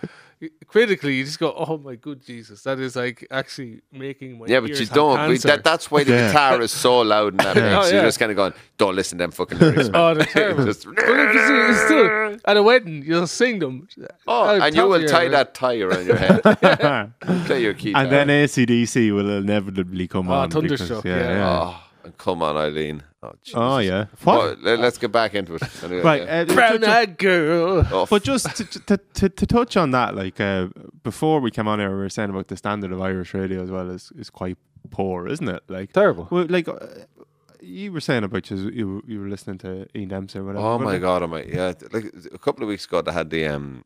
[SPEAKER 2] critically, you just go, "Oh my good Jesus, that is like actually making my
[SPEAKER 4] Yeah, but
[SPEAKER 2] ears
[SPEAKER 4] you
[SPEAKER 2] have
[SPEAKER 4] don't. We,
[SPEAKER 2] cancer."
[SPEAKER 4] that, that's why the
[SPEAKER 3] Yeah.
[SPEAKER 4] guitar is so loud in that mix.
[SPEAKER 2] Oh, yeah.
[SPEAKER 4] You're just kind of going, don't listen to them fucking lyrics. man."
[SPEAKER 2] Oh, they're terrible.
[SPEAKER 4] Just-
[SPEAKER 2] but if you see, it's still at a wedding, you'll sing them.
[SPEAKER 4] oh,
[SPEAKER 2] Out
[SPEAKER 4] and you
[SPEAKER 2] top
[SPEAKER 4] will
[SPEAKER 2] ear,
[SPEAKER 4] tie
[SPEAKER 2] right?
[SPEAKER 4] that tie around your head. Play your key.
[SPEAKER 3] and then ACDC will inevitably come
[SPEAKER 2] Oh,
[SPEAKER 3] on.
[SPEAKER 2] Thunderstruck,
[SPEAKER 3] because- yeah,
[SPEAKER 2] yeah.
[SPEAKER 3] yeah.
[SPEAKER 4] oh, and come on, Eileen. Oh, Jesus.
[SPEAKER 3] Oh, yeah.
[SPEAKER 4] Oh,
[SPEAKER 3] What?
[SPEAKER 4] let, us get back into it. Anyway,
[SPEAKER 3] Right.
[SPEAKER 4] yeah.
[SPEAKER 3] uh, ju-
[SPEAKER 2] Brown
[SPEAKER 3] ju-
[SPEAKER 2] eyed girl.
[SPEAKER 4] Oh,
[SPEAKER 3] But just to, to, to, to touch on that, like uh, before we came on here, we were saying about the standard of Irish radio as well is, is quite poor, isn't it? Like
[SPEAKER 2] Terrible.
[SPEAKER 3] Well, like uh, you were saying about you, you, were- you were listening to Ian Dempsey or whatever.
[SPEAKER 4] Oh
[SPEAKER 3] but
[SPEAKER 4] my
[SPEAKER 3] like,
[SPEAKER 4] god, I might. Yeah, like a couple of weeks ago, they had the um,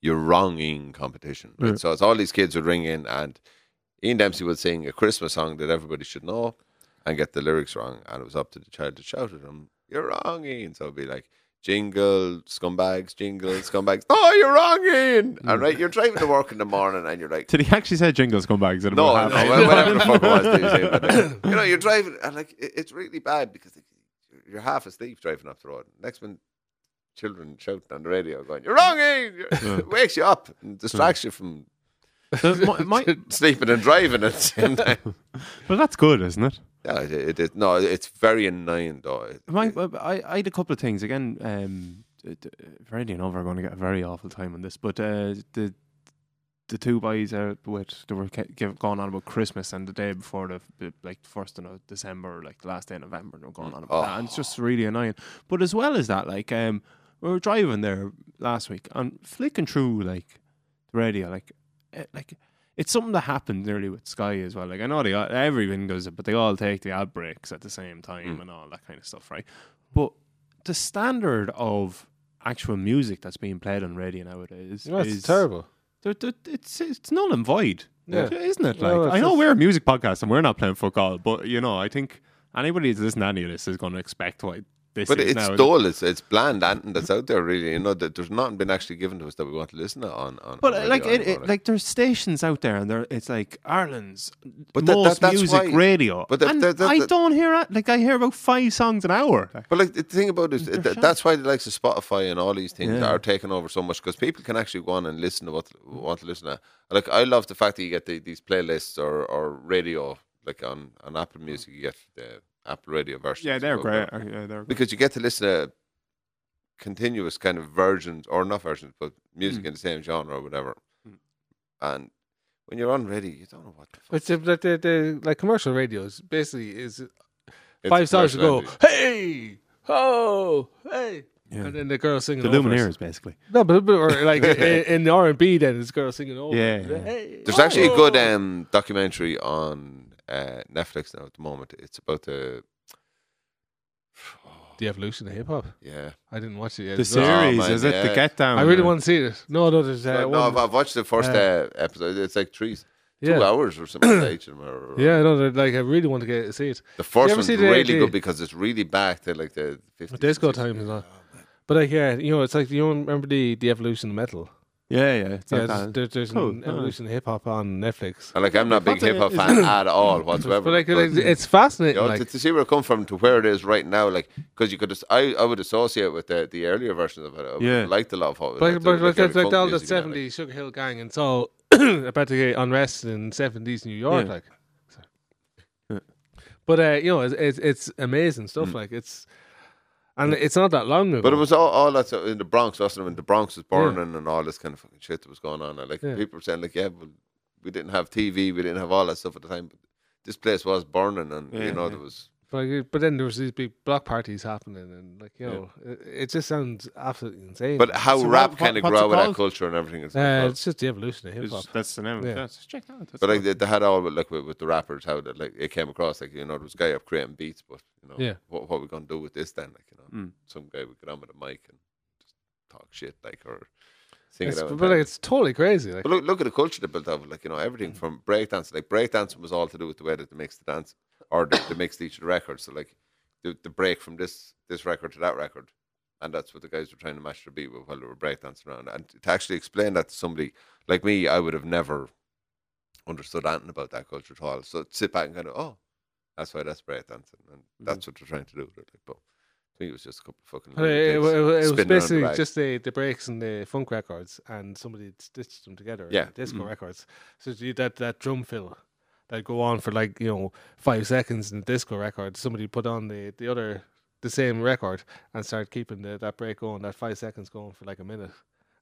[SPEAKER 4] you're wronging competition. Right?
[SPEAKER 3] Mm.
[SPEAKER 4] So it's all these kids would ring in, and Ian Dempsey would sing a Christmas song that everybody should know, and get the lyrics wrong, and it was up to the child to shout at him, "You're wrong, Ian." So it'd be like. Jingle, scumbags, jingle, scumbags. Oh, you're wrong, Ian.
[SPEAKER 3] Mm.
[SPEAKER 4] And right, you're driving to work in the morning and you're like,
[SPEAKER 3] Did he actually say jingles come back? No,
[SPEAKER 4] no, no, well, whatever the fuck it was. that you say about that. you know, you're driving, and like it- it's really bad because like, you're half asleep driving up the road. Next one, children shouting on the radio, going, "You're wrong, Ian!" You're- It wakes you up and distracts you from
[SPEAKER 3] my, my-
[SPEAKER 4] sleeping and driving at the same time.
[SPEAKER 3] but that's good, isn't it?
[SPEAKER 4] yeah, it, it, it- no, it's very annoying though. It-
[SPEAKER 3] My,
[SPEAKER 4] it-
[SPEAKER 3] I, I had a couple of things again. Um, d- d- Randy and Over are going to get a very awful time on this, but uh, the the two boys out with they were ca- give, going on about Christmas and the day before the the, like first of December, like the last day of November, and they were going on about
[SPEAKER 4] Oh.
[SPEAKER 3] that, and it's just really annoying. But as well as that, like um, we were driving there last week and flicking through like the radio, like eh, like it's something that happened nearly with Sky as well. Like I know they all, everyone does it, but they all take the ad breaks at the same time
[SPEAKER 2] Mm.
[SPEAKER 3] and all that kind of stuff, right? But the standard of actual music that's being played on radio nowadays
[SPEAKER 2] No, it's
[SPEAKER 3] is
[SPEAKER 2] terrible.
[SPEAKER 3] they're- they're- it's it's null and void,
[SPEAKER 2] Yeah.
[SPEAKER 3] isn't it? Like
[SPEAKER 2] No, it's
[SPEAKER 3] I know
[SPEAKER 2] just-
[SPEAKER 3] we're a music podcast and we're not playing fuck all, but you know I think anybody that's listening to any of this is going to expect what this
[SPEAKER 4] but
[SPEAKER 3] is
[SPEAKER 4] it's
[SPEAKER 3] now.
[SPEAKER 4] dull. It's it's bland anything that's out there. Really, you know, that there's nothing been actually given to us that we want to listen to on. on
[SPEAKER 3] But
[SPEAKER 4] on
[SPEAKER 3] uh, like,
[SPEAKER 4] radio
[SPEAKER 3] it, it,
[SPEAKER 4] anymore,
[SPEAKER 3] like, there's stations out there, and there it's like Ireland's
[SPEAKER 4] But that-
[SPEAKER 3] most
[SPEAKER 4] that- that's
[SPEAKER 3] music
[SPEAKER 4] why-
[SPEAKER 3] radio.
[SPEAKER 4] but that-
[SPEAKER 3] and
[SPEAKER 4] that- that-
[SPEAKER 3] I
[SPEAKER 4] that-
[SPEAKER 3] don't hear it. like I hear about five songs an hour.
[SPEAKER 4] But like the thing about it, th- that's why the likes of Spotify and all these things
[SPEAKER 3] Yeah.
[SPEAKER 4] are taking over so much because people can actually go on and listen to what want to listen to. Like I love the fact that you get the, these playlists or, or radio, like on, on Apple Music, you get the Apple Radio version.
[SPEAKER 3] Yeah, they're great. Uh, Yeah, they're great.
[SPEAKER 4] because you get to listen to continuous kind of versions or not versions, but
[SPEAKER 3] Hmm.
[SPEAKER 4] music in the same genre or whatever. And when you're on radio, you don't know what the fuck.
[SPEAKER 2] It's uh, like the, the like commercial radios basically is
[SPEAKER 4] It's
[SPEAKER 2] five stars
[SPEAKER 4] commercial
[SPEAKER 2] ago.
[SPEAKER 4] radio.
[SPEAKER 2] Hey, oh, hey,
[SPEAKER 3] Yeah.
[SPEAKER 2] and then the girl singing.
[SPEAKER 3] the
[SPEAKER 2] over us.
[SPEAKER 3] Lumineers, basically.
[SPEAKER 2] No, but, but or like in, in the R and B, then it's girl singing over.
[SPEAKER 3] Yeah, yeah.
[SPEAKER 2] Hey,
[SPEAKER 4] There's actually a good
[SPEAKER 2] oh.
[SPEAKER 4] um, documentary on uh, Netflix now at the moment. It's about uh, the
[SPEAKER 2] the evolution of hip hop.
[SPEAKER 4] yeah.
[SPEAKER 2] I didn't watch it yet.
[SPEAKER 3] The
[SPEAKER 2] No.
[SPEAKER 3] series
[SPEAKER 4] man,
[SPEAKER 3] is it the
[SPEAKER 4] yeah.
[SPEAKER 3] Get Down?
[SPEAKER 2] I really
[SPEAKER 3] uh,
[SPEAKER 2] want to see it. No, no, there's uh,
[SPEAKER 4] no,
[SPEAKER 2] one-
[SPEAKER 4] I've, I've watched the first uh, episode. It's like trees, two
[SPEAKER 2] yeah,
[SPEAKER 4] hours or something. like that, or, or-
[SPEAKER 2] yeah, no, they're- like I really want to get see it.
[SPEAKER 4] The
[SPEAKER 2] You
[SPEAKER 4] first
[SPEAKER 2] ever
[SPEAKER 4] one's
[SPEAKER 2] see the-
[SPEAKER 4] really
[SPEAKER 2] the-
[SPEAKER 4] good because it's really back to like the 50s.
[SPEAKER 2] But disco
[SPEAKER 4] 60s.
[SPEAKER 2] time is not. But like, yeah, you know, it's like you don't remember the the evolution of metal.
[SPEAKER 3] Yeah, yeah. It's
[SPEAKER 2] Yeah,
[SPEAKER 3] like
[SPEAKER 2] there's,
[SPEAKER 3] that.
[SPEAKER 2] there's, there's
[SPEAKER 3] Cool,
[SPEAKER 2] an
[SPEAKER 3] alright.
[SPEAKER 2] evolution of hip hop on Netflix.
[SPEAKER 4] And like I'm not a big
[SPEAKER 3] But, uh,
[SPEAKER 4] hip hop
[SPEAKER 3] is-
[SPEAKER 4] fan at all whatsoever.
[SPEAKER 2] But like,
[SPEAKER 4] but,
[SPEAKER 2] like,
[SPEAKER 4] you
[SPEAKER 2] it's fascinating.
[SPEAKER 4] know,
[SPEAKER 2] like,
[SPEAKER 4] to, to see where it come from to where it is right now, like because you could, just, I I would associate with the the earlier versions of it. I would
[SPEAKER 3] Yeah.
[SPEAKER 4] like the love of it.
[SPEAKER 2] But, but like, like, like all the
[SPEAKER 4] seventies.
[SPEAKER 2] 70s Sugar Hill Gang, and so about to get unrest in 70s New York,
[SPEAKER 3] Yeah.
[SPEAKER 2] like. So. But uh, you know, it's, it's it's amazing stuff. Like it's, and it's not that long ago.
[SPEAKER 4] Mm. But it was all, all that's in the Bronx, wasn't it? When the Bronx was burning and all this kind of fucking shit that was going on. And like
[SPEAKER 2] Yeah.
[SPEAKER 4] people were saying, like, yeah, well, we didn't have TV, we didn't have all that stuff at the time. But this place was burning, and
[SPEAKER 3] Yeah,
[SPEAKER 4] you know
[SPEAKER 3] yeah.
[SPEAKER 4] there was.
[SPEAKER 2] But, like, but then there was these big block parties happening, and like you know, it, it just sounds absolutely insane.
[SPEAKER 4] But how
[SPEAKER 3] So what-
[SPEAKER 4] rap
[SPEAKER 3] what-
[SPEAKER 4] kind of
[SPEAKER 3] what's it
[SPEAKER 4] grew with that
[SPEAKER 3] called?
[SPEAKER 4] culture and everything. Is
[SPEAKER 2] uh, it's just the evolution of hip hop.
[SPEAKER 3] It's- that's the name.
[SPEAKER 2] Yeah.
[SPEAKER 3] Yeah. That's, check that. out, that's
[SPEAKER 4] but like
[SPEAKER 3] cool.
[SPEAKER 4] they, they had all with, like with, with the rappers how that like it came across like you know there was a guy up creating beats, but you know
[SPEAKER 2] Yeah.
[SPEAKER 4] what what we gonna do with this then like you know
[SPEAKER 3] Mm.
[SPEAKER 4] some guy would get on with a mic and just talk shit like or sing
[SPEAKER 2] It's-
[SPEAKER 4] it out.
[SPEAKER 2] but
[SPEAKER 4] and
[SPEAKER 2] like, it's totally crazy. Like,
[SPEAKER 4] But look, look at the culture they built up. Like you know, everything from breakdancing. Like breakdancing was all to do with the way that they mixed the dance or the, they mixed each of the records. So like the, the break from this this record to that record, and that's what the guys were trying to match their beat with while they were breakdancing around. And to actually explain that to somebody like me, I would have never understood anything about that culture at all. So to sit back and kind of oh, that's why that's breakdancing, and
[SPEAKER 2] Mm-hmm.
[SPEAKER 4] that's what they're trying to do. With it. Like, but to me, it was just a couple of fucking.
[SPEAKER 2] But it, it,
[SPEAKER 4] little
[SPEAKER 2] wa- it wa- it was
[SPEAKER 4] kids spinning around the
[SPEAKER 2] basically
[SPEAKER 4] bag.
[SPEAKER 2] just the, the breaks and the funk records, and somebody had stitched them together.
[SPEAKER 4] Yeah. mm.
[SPEAKER 2] the disco records. So you, that that drum fill that go on for like you know five seconds in the disco record. Somebody put on the the other the same record and started keeping the, that break going, that five seconds going for like a minute,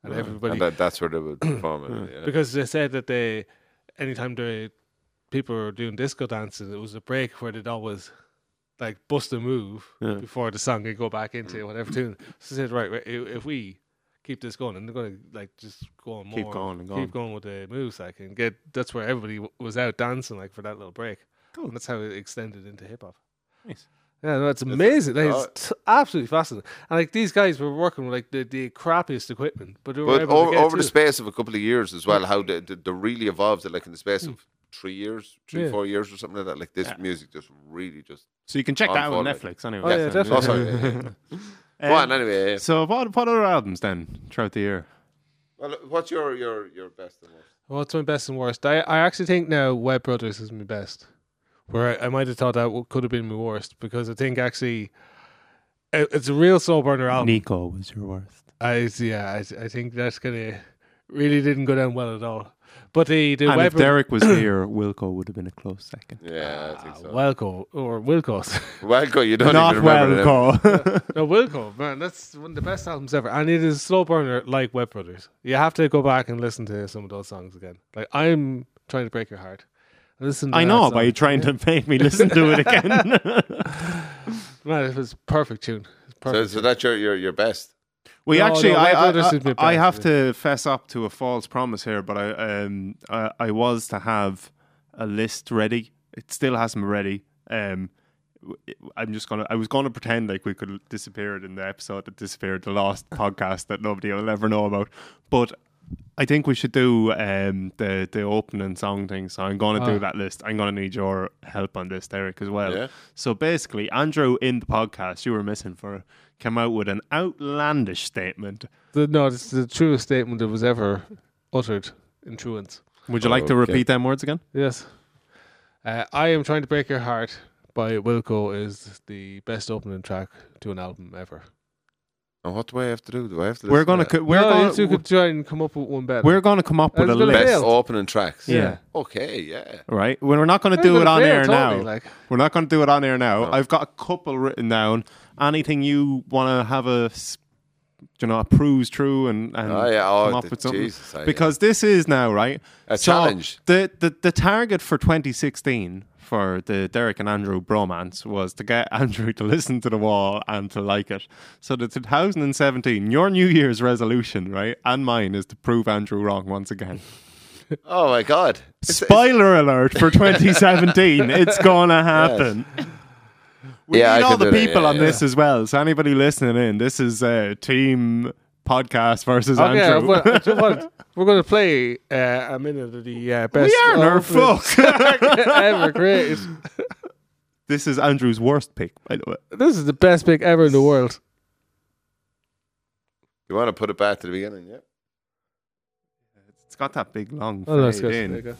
[SPEAKER 2] and everybody
[SPEAKER 4] and that, that's where they would perform it. yeah.
[SPEAKER 2] because they said that they anytime they people were doing disco dancing it was a break where they'd always like bust a move before the song could go back into whatever tune so they said right right, i- if we keep this going and they're going to like just go on more
[SPEAKER 3] Keep going and going.
[SPEAKER 2] keep going with the moves like and get that's where everybody w- was out dancing like for that little break and that's how it extended into hip-hop
[SPEAKER 3] Nice.
[SPEAKER 2] Yeah, no, it's amazing. Like,
[SPEAKER 4] uh,
[SPEAKER 2] it's t- absolutely fascinating. And like these guys were working with like the, the crappiest equipment, but they were
[SPEAKER 4] But
[SPEAKER 2] able
[SPEAKER 4] over,
[SPEAKER 2] to get
[SPEAKER 4] over the
[SPEAKER 2] through.
[SPEAKER 4] space of a couple of years as well, how they, they, they really evolved it, like in the space of three years, three,
[SPEAKER 2] Hmm. Yeah.
[SPEAKER 4] four years or something like that. Like this
[SPEAKER 3] Yeah.
[SPEAKER 4] music just really just.
[SPEAKER 3] So you can check
[SPEAKER 4] On
[SPEAKER 3] that out on
[SPEAKER 4] Fortnite.
[SPEAKER 3] Netflix anyway.
[SPEAKER 2] Oh, yeah, definitely.
[SPEAKER 4] Oh, sorry. yeah, yeah. Go
[SPEAKER 3] Um,
[SPEAKER 4] on, anyway. yeah.
[SPEAKER 3] So what what other albums then throughout the year?
[SPEAKER 4] Well, what's your, your, your best and worst?
[SPEAKER 2] What's my best and worst? I, I actually think now Web Brothers is my best. Where I, I might have thought that what could have been my worst because I think actually it, it's a real soul burner album.
[SPEAKER 3] Nico was your worst.
[SPEAKER 2] I yeah, I, I think that's gonna really didn't go down well at all. But the the
[SPEAKER 3] And
[SPEAKER 2] Web
[SPEAKER 3] if Derek was here, Wilco would have been a close second.
[SPEAKER 4] Yeah, I think so.
[SPEAKER 2] Welco or Wilco's.
[SPEAKER 4] Welco, you don't even remember the name.
[SPEAKER 3] Wilco.
[SPEAKER 2] no, Wilco, man, that's one of the best albums ever, and it is a slow burner like Web Brothers. You have to go back and listen to some of those songs again. Like I'm trying to break your heart. Listen, to
[SPEAKER 3] I
[SPEAKER 2] that
[SPEAKER 3] know,
[SPEAKER 2] song.
[SPEAKER 3] but you're trying to make me listen to it again.
[SPEAKER 2] man, it was a perfect tune. It's
[SPEAKER 4] So,
[SPEAKER 2] perfect.
[SPEAKER 4] so that's your, your, your best.
[SPEAKER 3] we
[SPEAKER 2] No,
[SPEAKER 3] actually,
[SPEAKER 2] no,
[SPEAKER 3] I,
[SPEAKER 2] Web
[SPEAKER 3] I,
[SPEAKER 2] Brothers is my
[SPEAKER 3] I, I
[SPEAKER 2] best,
[SPEAKER 3] have
[SPEAKER 2] yeah.
[SPEAKER 3] to fess up to a false promise here, but I, um, I, I was to have a list ready. It still hasn't been ready. Um, w- I'm just gonna. I was gonna pretend like we could disappear it in the episode that disappeared, the last podcast that nobody will ever know about. But I think we should do um, the the opening song thing. So I'm gonna
[SPEAKER 2] Ah.
[SPEAKER 3] do that list. I'm gonna need your help on this, Derek, as well.
[SPEAKER 4] Yeah.
[SPEAKER 3] So basically, Andrew in the podcast you were missing for came out with an outlandish statement.
[SPEAKER 2] The- no, it's the truest statement that was ever uttered in truants.
[SPEAKER 3] Would you like to
[SPEAKER 4] Okay.
[SPEAKER 3] repeat them words again?
[SPEAKER 2] Yes. Uh, I Am Trying to Break Your Heart by Wilco is the best opening track to an album ever.
[SPEAKER 4] And what do I have to do? Do I have to?
[SPEAKER 3] We're
[SPEAKER 4] listen
[SPEAKER 3] gonna
[SPEAKER 4] to
[SPEAKER 3] co- we're
[SPEAKER 2] no, Oh, you two
[SPEAKER 3] gonna
[SPEAKER 2] could try and come up with one better.
[SPEAKER 3] we're gonna come up
[SPEAKER 2] I
[SPEAKER 3] with a
[SPEAKER 2] was gonna
[SPEAKER 4] that?
[SPEAKER 3] list,
[SPEAKER 4] best
[SPEAKER 2] fail.
[SPEAKER 4] opening tracks.
[SPEAKER 3] Yeah.
[SPEAKER 4] Okay. Yeah.
[SPEAKER 3] right? We're not gonna
[SPEAKER 2] I'm
[SPEAKER 3] do it
[SPEAKER 2] gonna
[SPEAKER 3] on
[SPEAKER 2] fail
[SPEAKER 3] air
[SPEAKER 2] totally,
[SPEAKER 3] now.
[SPEAKER 2] like.
[SPEAKER 3] We're not gonna do it on air now.
[SPEAKER 4] No.
[SPEAKER 3] I've got a couple written down. Anything you wanna have a s- you know a peruse through and, and
[SPEAKER 4] Oh yeah. Oh,
[SPEAKER 3] come up
[SPEAKER 4] the-
[SPEAKER 3] with something
[SPEAKER 4] Jesus, I-
[SPEAKER 3] because this is now right
[SPEAKER 4] A challenge.
[SPEAKER 3] The, the the target for 2016 for the Derek and Andrew bromance was to get Andrew to listen to the wall and to like it. So the 2017, your New Year's resolution, right, and mine is to prove Andrew wrong once again.
[SPEAKER 4] Oh my God. It's- it's-
[SPEAKER 3] Spoiler alert for 2017, it's gonna happen. We
[SPEAKER 4] Yeah,
[SPEAKER 3] need
[SPEAKER 4] I
[SPEAKER 3] all
[SPEAKER 4] can
[SPEAKER 3] the
[SPEAKER 4] do that,
[SPEAKER 3] people
[SPEAKER 4] yeah,
[SPEAKER 3] on
[SPEAKER 4] yeah.
[SPEAKER 3] this as well. So anybody listening in, this is uh, team podcast versus
[SPEAKER 2] Okay,
[SPEAKER 3] Andrew.
[SPEAKER 2] well, I tell you what, we're going to play uh, a minute of the uh, best
[SPEAKER 3] we are nerf
[SPEAKER 2] opening
[SPEAKER 3] folk.
[SPEAKER 2] ever created.
[SPEAKER 3] This is Andrew's worst pick, by the way.
[SPEAKER 2] This is the best pick ever in the world.
[SPEAKER 4] You want to put it back to the beginning? Yeah.
[SPEAKER 3] It's got that big long
[SPEAKER 2] Oh, no, it's
[SPEAKER 3] fade
[SPEAKER 2] good.
[SPEAKER 3] in.
[SPEAKER 2] There you go.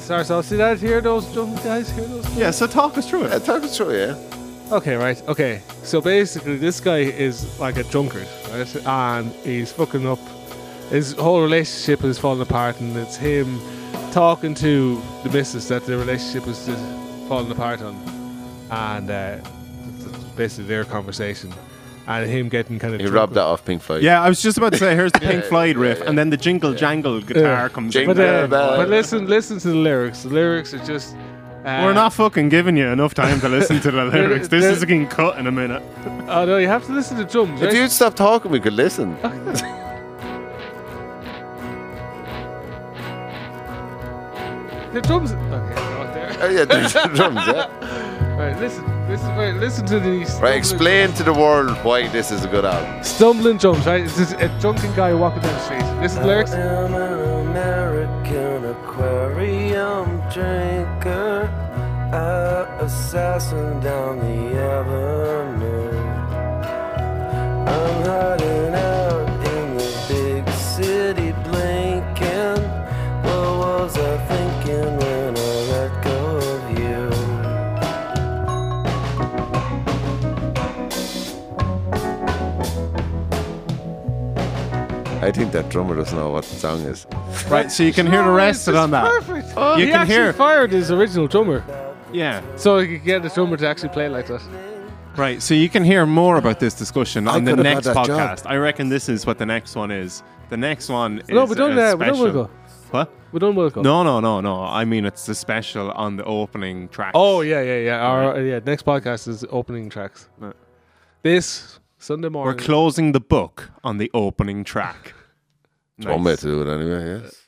[SPEAKER 2] Sorry, so see that? Hear those drums, guys? Hear those
[SPEAKER 3] Yeah, so talk us through
[SPEAKER 4] Yeah,
[SPEAKER 3] it.
[SPEAKER 4] Uh, talk it through. Yeah.
[SPEAKER 2] Okay, right. Okay. So basically, this guy is like a drunkard, right? And he's fucking up. His whole relationship is falling apart, and it's him talking to the missus that the relationship is just falling apart on. And uh, it's basically their conversation. And him getting kind of.
[SPEAKER 4] He robbed that off Pink Floyd.
[SPEAKER 3] Yeah, I was just about to say, here's the Pink
[SPEAKER 4] yeah,
[SPEAKER 3] Floyd riff,
[SPEAKER 4] yeah.
[SPEAKER 3] and then the jingle jangle guitar
[SPEAKER 2] Yeah.
[SPEAKER 3] comes
[SPEAKER 4] Jingle
[SPEAKER 3] in.
[SPEAKER 2] But, uh,
[SPEAKER 4] bell.
[SPEAKER 2] but listen listen to the lyrics. The lyrics are just. Uh,
[SPEAKER 3] We're not fucking giving you enough time to listen to the lyrics. This
[SPEAKER 2] there-
[SPEAKER 3] is getting cut in a minute.
[SPEAKER 2] Oh, no, you have to listen to drums.
[SPEAKER 4] If
[SPEAKER 2] Right?
[SPEAKER 4] you'd stop talking, we could listen.
[SPEAKER 2] The drums. Okay, not there.
[SPEAKER 4] Oh, yeah, there's the drums. Yeah.
[SPEAKER 2] Right, listen. Listen, wait, listen to these.
[SPEAKER 4] Right. Explain to the world why this is a good album.
[SPEAKER 2] Stumbling drums, right? It's just a drunken guy walking down the street. This is lyrics.
[SPEAKER 6] am an American aquarium drinker, a assassin down the avenue. I'm hiding out in the big city, blinking. What was I thinking when I let go of you?
[SPEAKER 4] I think that drummer doesn't know what the song is.
[SPEAKER 3] Right, so you can hear the rest of it on that.
[SPEAKER 2] Perfect.
[SPEAKER 3] You
[SPEAKER 2] Oh, he
[SPEAKER 3] can
[SPEAKER 2] actually
[SPEAKER 3] hear-
[SPEAKER 2] fired his original drummer,
[SPEAKER 3] Yeah.
[SPEAKER 2] so he could get the drummer to actually play like that.
[SPEAKER 3] Right, so you can hear more about this discussion on the
[SPEAKER 4] could've had
[SPEAKER 3] next
[SPEAKER 4] that
[SPEAKER 3] podcast. I reckon this is what the next one is. The next one
[SPEAKER 2] No,
[SPEAKER 3] is
[SPEAKER 2] we don't.
[SPEAKER 3] a
[SPEAKER 2] Uh, we don't
[SPEAKER 3] special.
[SPEAKER 2] will go.
[SPEAKER 3] What?
[SPEAKER 2] We don't will go.
[SPEAKER 3] No, no, no, no. I mean, it's the special on the opening track.
[SPEAKER 2] Oh yeah, yeah, yeah. Our yeah. Next podcast is opening tracks.
[SPEAKER 3] Right.
[SPEAKER 2] This Sunday
[SPEAKER 3] We're
[SPEAKER 2] morning.
[SPEAKER 3] closing the book on the opening track.
[SPEAKER 4] One
[SPEAKER 3] Nice.
[SPEAKER 4] way to do it anyway. Yes.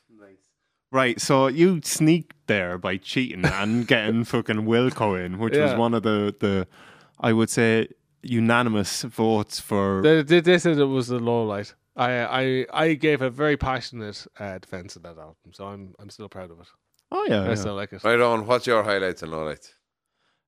[SPEAKER 3] Right, so you sneaked there by cheating and getting fucking Wilco in, which
[SPEAKER 2] Yeah.
[SPEAKER 3] was one of the, the, I would say, unanimous votes for.
[SPEAKER 2] They, they, they said it was the low light. I I I gave a very passionate uh, defense of that album, so I'm I'm still proud of it.
[SPEAKER 3] oh, yeah.
[SPEAKER 2] I
[SPEAKER 3] yeah.
[SPEAKER 2] still like it.
[SPEAKER 4] Right on. What's your highlights and lowlights?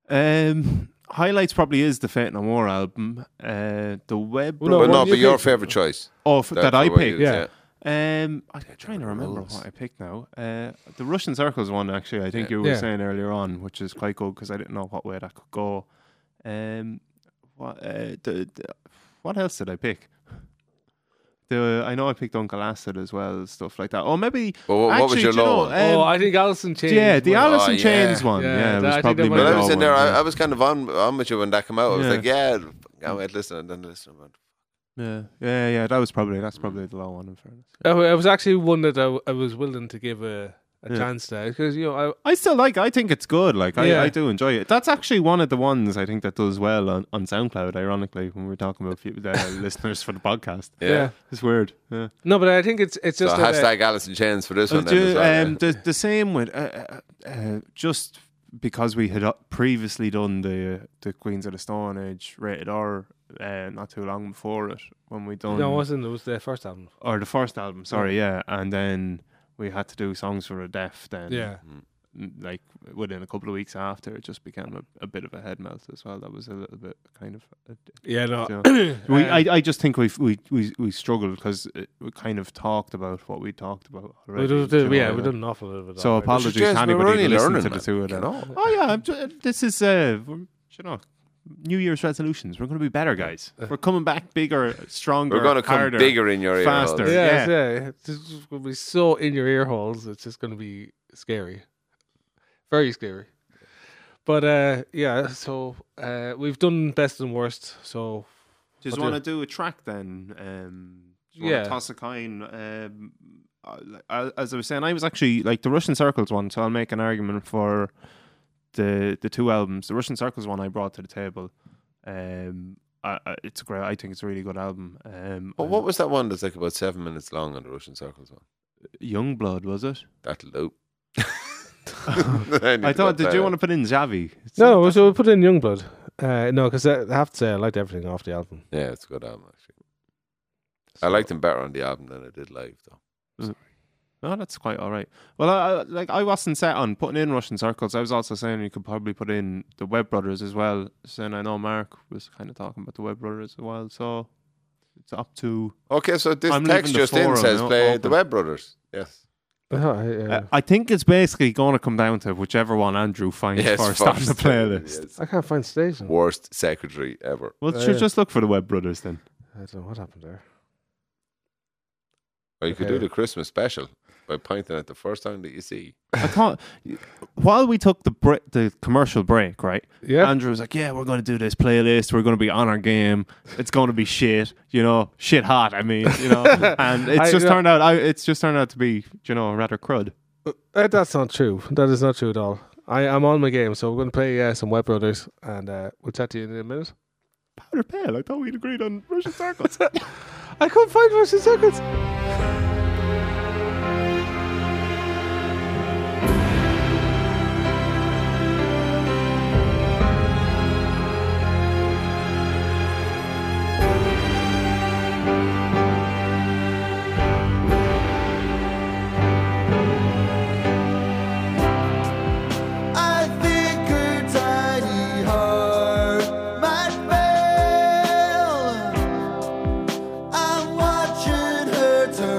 [SPEAKER 3] Um, highlights probably is the Fate No More album. Uh, the web.
[SPEAKER 2] Well, no,
[SPEAKER 4] But
[SPEAKER 2] what
[SPEAKER 4] no,
[SPEAKER 2] do
[SPEAKER 4] but
[SPEAKER 2] you
[SPEAKER 4] your
[SPEAKER 2] think?
[SPEAKER 4] favorite choice
[SPEAKER 3] of
[SPEAKER 4] That's
[SPEAKER 3] that I
[SPEAKER 4] the way
[SPEAKER 3] picked.
[SPEAKER 4] it is,
[SPEAKER 2] yeah.
[SPEAKER 3] Um, I'm trying to remember what I picked now. Uh, the Russian circles one, actually, I think you were
[SPEAKER 2] Yeah.
[SPEAKER 3] saying earlier on, which is quite good because I didn't know what way that could go. Um, what uh, the, the- what else did I pick? The I know I picked Uncle Acid as well, stuff like that. Or maybe
[SPEAKER 4] But what- what was
[SPEAKER 3] actually,
[SPEAKER 4] your
[SPEAKER 3] do you know,
[SPEAKER 4] low one?
[SPEAKER 2] oh,
[SPEAKER 3] um,
[SPEAKER 2] I think Allison changed.
[SPEAKER 3] yeah, the
[SPEAKER 2] my-
[SPEAKER 4] Al-
[SPEAKER 3] Alice
[SPEAKER 4] Oh,
[SPEAKER 3] in Chains
[SPEAKER 4] yeah.
[SPEAKER 3] one.
[SPEAKER 2] Yeah,
[SPEAKER 3] Yeah, it
[SPEAKER 2] that- I
[SPEAKER 3] was
[SPEAKER 2] think
[SPEAKER 3] probably
[SPEAKER 2] that
[SPEAKER 3] my
[SPEAKER 2] might
[SPEAKER 4] When I
[SPEAKER 2] No,
[SPEAKER 3] low
[SPEAKER 4] was in
[SPEAKER 3] one,
[SPEAKER 4] there, I,
[SPEAKER 3] yeah.
[SPEAKER 4] I was kind of on on with you when that came out. I was
[SPEAKER 3] Yeah.
[SPEAKER 4] like, yeah, I went listen and then listen. And
[SPEAKER 3] Yeah, yeah, yeah. That was probably that's probably the low one in fairness.
[SPEAKER 2] Oh, it was actually one that I, I was willing to give a, a
[SPEAKER 3] Yeah.
[SPEAKER 2] chance to because you know
[SPEAKER 3] I still like. I think it's good. Like
[SPEAKER 2] Yeah.
[SPEAKER 3] I, I do enjoy it. That's actually one of the ones I think that does well on, on SoundCloud. Ironically, when we're talking about few- the listeners for the podcast,
[SPEAKER 2] I
[SPEAKER 4] Yeah.
[SPEAKER 2] yeah.
[SPEAKER 3] it's weird. Yeah.
[SPEAKER 2] no, but I think it's it's
[SPEAKER 4] So
[SPEAKER 2] just that, uh,
[SPEAKER 4] hashtag Alice in Chains for this
[SPEAKER 3] Uh,
[SPEAKER 4] one. then
[SPEAKER 3] do-
[SPEAKER 4] as well,
[SPEAKER 3] um, the, the same with uh, uh, uh, just because we had uh, previously done the uh, the Queens of the Stone Age rated R uh, not too long before it when we done
[SPEAKER 2] no, it wasn't. It was their first album.
[SPEAKER 3] or the first album. Sorry, yeah, and then we had to do songs for the deaf. Then
[SPEAKER 2] Yeah,
[SPEAKER 4] Mm.
[SPEAKER 3] n- like within a couple of weeks after, it just became a, a bit of a head melt as well. That was a little bit kind of.
[SPEAKER 2] yeah, no, Um,
[SPEAKER 3] you know. Uh, Um, we, I, I just think we we we we struggled because we kind of talked about what we talked about
[SPEAKER 2] we
[SPEAKER 3] already.
[SPEAKER 2] do,
[SPEAKER 3] do you know
[SPEAKER 2] yeah,
[SPEAKER 3] what
[SPEAKER 2] we
[SPEAKER 3] I
[SPEAKER 2] did
[SPEAKER 3] mean?
[SPEAKER 2] an awful lot of it.
[SPEAKER 3] So
[SPEAKER 2] already.
[SPEAKER 4] But
[SPEAKER 3] apologies
[SPEAKER 4] just-
[SPEAKER 3] to
[SPEAKER 4] we're
[SPEAKER 3] anybody
[SPEAKER 4] only
[SPEAKER 3] who listened to
[SPEAKER 4] learning,
[SPEAKER 3] the
[SPEAKER 4] man,
[SPEAKER 3] two of
[SPEAKER 4] you
[SPEAKER 3] them.
[SPEAKER 4] know?
[SPEAKER 3] Oh yeah, I'm ju- this is uh, we're- you know, New Year's resolutions. We're going to be better, guys. We're coming back bigger, stronger.
[SPEAKER 4] We're going to come
[SPEAKER 3] harder.
[SPEAKER 4] bigger in your ear.
[SPEAKER 3] faster.
[SPEAKER 4] holes.
[SPEAKER 2] yeah,
[SPEAKER 3] yeah.
[SPEAKER 2] it's- yeah, it's just gonna be so in your ear holes. It's just gonna be scary, very scary. But uh, yeah, so uh, we've done best and worst. So What
[SPEAKER 3] Just
[SPEAKER 2] do-
[SPEAKER 3] want to do a track then. Um, just
[SPEAKER 2] Yeah.
[SPEAKER 3] want to toss a coin. Um, uh, like, uh, as I was saying, I was actually like the Russian Circles one, so I'll make an argument for the the two albums. The Russian Circles one I brought to the table. Um, I, I, it's a great. I think it's a really good album. Um,
[SPEAKER 4] But what was that one that's like about seven minutes long on the Russian Circles one?
[SPEAKER 3] Young Blood? Was it?
[SPEAKER 4] That loop.
[SPEAKER 3] I thought. Did you want to put in Xavi? It's-
[SPEAKER 2] no, so we put in Youngblood. Uh, no, because I have to say I liked everything off the album.
[SPEAKER 4] to? Yeah, it's a good album actually. I liked them better on the album than I did live though.
[SPEAKER 3] No, that's quite all right. Well, I, I- like I wasn't set on putting in Russian circles. I was also saying you could probably put in the Web Brothers as well. Saying I know Mark was kind of talking about the Web Brothers as well, so it's up to.
[SPEAKER 4] Okay, so this
[SPEAKER 3] I'm leaving
[SPEAKER 4] text
[SPEAKER 3] the
[SPEAKER 4] just in
[SPEAKER 3] forum
[SPEAKER 4] says
[SPEAKER 3] o-
[SPEAKER 4] play the
[SPEAKER 3] open.
[SPEAKER 4] Web Brothers. Yes.
[SPEAKER 2] Uh, I,
[SPEAKER 3] Uh, I think it's basically going to come down to whichever one Andrew finds
[SPEAKER 4] Yes,
[SPEAKER 3] first, on the
[SPEAKER 4] first.
[SPEAKER 3] playlist.
[SPEAKER 4] Yes.
[SPEAKER 2] I can't find station.
[SPEAKER 4] Worst secretary ever.
[SPEAKER 3] Well,
[SPEAKER 2] Uh,
[SPEAKER 3] sure,
[SPEAKER 2] yeah.
[SPEAKER 3] just look for the Web Brothers then.
[SPEAKER 2] I don't know what happened there.
[SPEAKER 4] Or you could
[SPEAKER 2] Okay.
[SPEAKER 4] do the Christmas special by pointing at the first time that you see.
[SPEAKER 3] I thought while we took the bre- the commercial break, right?
[SPEAKER 2] Yeah.
[SPEAKER 3] Andrew was like, "Yeah, we're going to do this playlist. We're going to be on our game. It's going to be shit, you know, shit hot. I mean, you know." And it's
[SPEAKER 2] I-
[SPEAKER 3] just
[SPEAKER 2] yeah.
[SPEAKER 3] turned out, I, it's just turned out to be, you know, rather crud.
[SPEAKER 2] Uh, that's not true. That is not true at all. I am on my game, so we're going to play uh, some Web Brothers, and uh, we'll chat to you in a minute.
[SPEAKER 3] Powder pale. I thought we'd agreed on Russian circles.
[SPEAKER 2] I couldn't find Russian circuits.
[SPEAKER 5] I think her tiny heart might fail. I'm watching her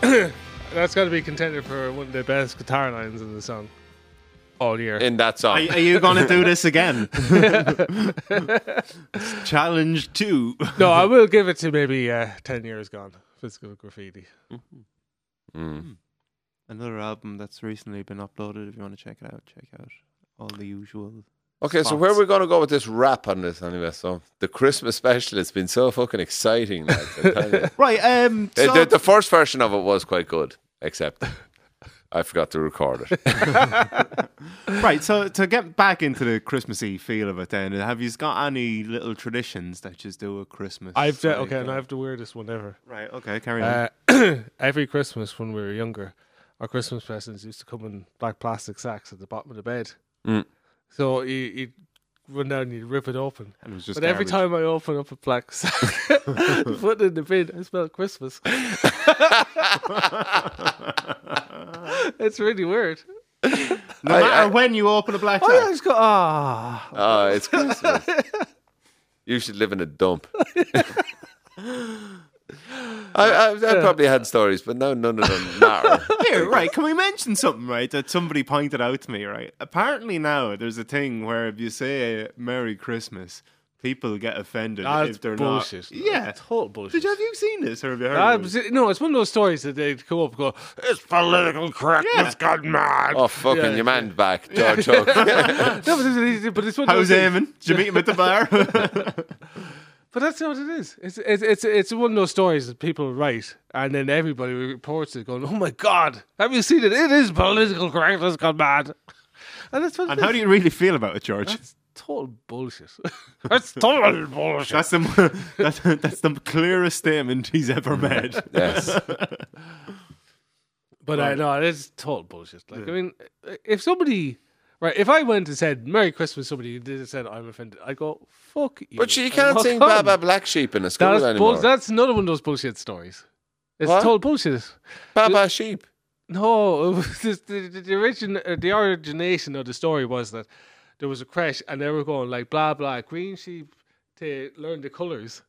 [SPEAKER 2] that's got to be contender for one of the best guitar lines in the song all year.
[SPEAKER 4] in that song.
[SPEAKER 3] Are, are you going to do this again? Challenge two.
[SPEAKER 2] no, I will give it to maybe uh, ten years gone. Physical graffiti.
[SPEAKER 4] Mm.
[SPEAKER 3] Another album that's recently been uploaded. If you want to check it out, check out all the usual.
[SPEAKER 4] Okay, so
[SPEAKER 3] Spots.
[SPEAKER 4] where are we going to go with this rap on this anyway? So the Christmas special, it's been so fucking exciting. Lads, I'm telling you.
[SPEAKER 3] Right. Um.
[SPEAKER 4] Uh, the,
[SPEAKER 3] So,
[SPEAKER 4] the, the first version of it was quite good, except I forgot to record it.
[SPEAKER 3] right. So to get back into the Christmassy feel of it, then have you got any little traditions that you do at Christmas?
[SPEAKER 2] I've uh,
[SPEAKER 3] Like,
[SPEAKER 2] okay,
[SPEAKER 3] uh,
[SPEAKER 2] and I have the weirdest one ever.
[SPEAKER 3] Right. Okay. Carry on.
[SPEAKER 2] Uh, every Christmas when we were younger, our Christmas presents used to come in black plastic sacks at the bottom of the bed.
[SPEAKER 4] Mm.
[SPEAKER 2] So you, you'd run down and you'd rip it open.
[SPEAKER 3] and it was just
[SPEAKER 2] But every
[SPEAKER 3] garbage.
[SPEAKER 2] time I open up a black sack, and put it in the bin, I smell Christmas. it's really weird.
[SPEAKER 3] no
[SPEAKER 4] I-
[SPEAKER 3] matter
[SPEAKER 4] I-
[SPEAKER 3] when you open a black
[SPEAKER 2] Oh, yeah, I
[SPEAKER 3] sack.
[SPEAKER 2] just go, ah.
[SPEAKER 4] Oh, it's Christmas. You should live in a dump. I, I, I probably had stories, but now none of them matter.
[SPEAKER 3] Here, right? Can we mention something, right? That somebody pointed out to me, right? Apparently now there's a thing where if you say "Merry Christmas," people get offended
[SPEAKER 2] That's
[SPEAKER 3] if they're
[SPEAKER 2] bullshit.
[SPEAKER 3] not. Yeah.
[SPEAKER 2] Total bullshit.
[SPEAKER 3] Did you, have you seen this or have you heard?
[SPEAKER 2] Ah,
[SPEAKER 3] of it?
[SPEAKER 2] but- no, it's one of those stories that they come up and go, it's political correctness gone mad.
[SPEAKER 4] Oh, fucking
[SPEAKER 2] Yeah.
[SPEAKER 4] your man back, George Hook.
[SPEAKER 2] No, but it's, but it's one of those
[SPEAKER 3] How's
[SPEAKER 2] things-
[SPEAKER 3] Eamon? Did you meet him at the bar?
[SPEAKER 2] But that's not what it is. It's it's it's it's one of those stories that people write, and then everybody reports it, going, "Oh my god, have you seen it? It is political correctness gone mad." And that's what.
[SPEAKER 3] and
[SPEAKER 2] it
[SPEAKER 3] how
[SPEAKER 2] is.
[SPEAKER 3] do you really feel about it, George?
[SPEAKER 2] That's total bullshit. that's total bullshit.
[SPEAKER 3] That's the that's, that's the clearest statement he's ever made.
[SPEAKER 4] yes.
[SPEAKER 2] but uh, I know it's total bullshit. Like I mean, if somebody. Right, if I went and said "Merry Christmas," somebody who did said I'm offended. I go fuck you.
[SPEAKER 4] But you
[SPEAKER 2] and
[SPEAKER 4] can't
[SPEAKER 2] walk
[SPEAKER 4] sing
[SPEAKER 2] on.
[SPEAKER 4] Baba Black Sheep in a school
[SPEAKER 2] That's
[SPEAKER 4] anymore.
[SPEAKER 2] bull- that's another one of those bullshit stories. It's
[SPEAKER 4] What?
[SPEAKER 2] total bullshit.
[SPEAKER 4] Baba Sheep.
[SPEAKER 2] No, it was just the, the, the, origin, uh, the origination of the story was that there was a crash and they were going like blah blah green sheep to learn the colors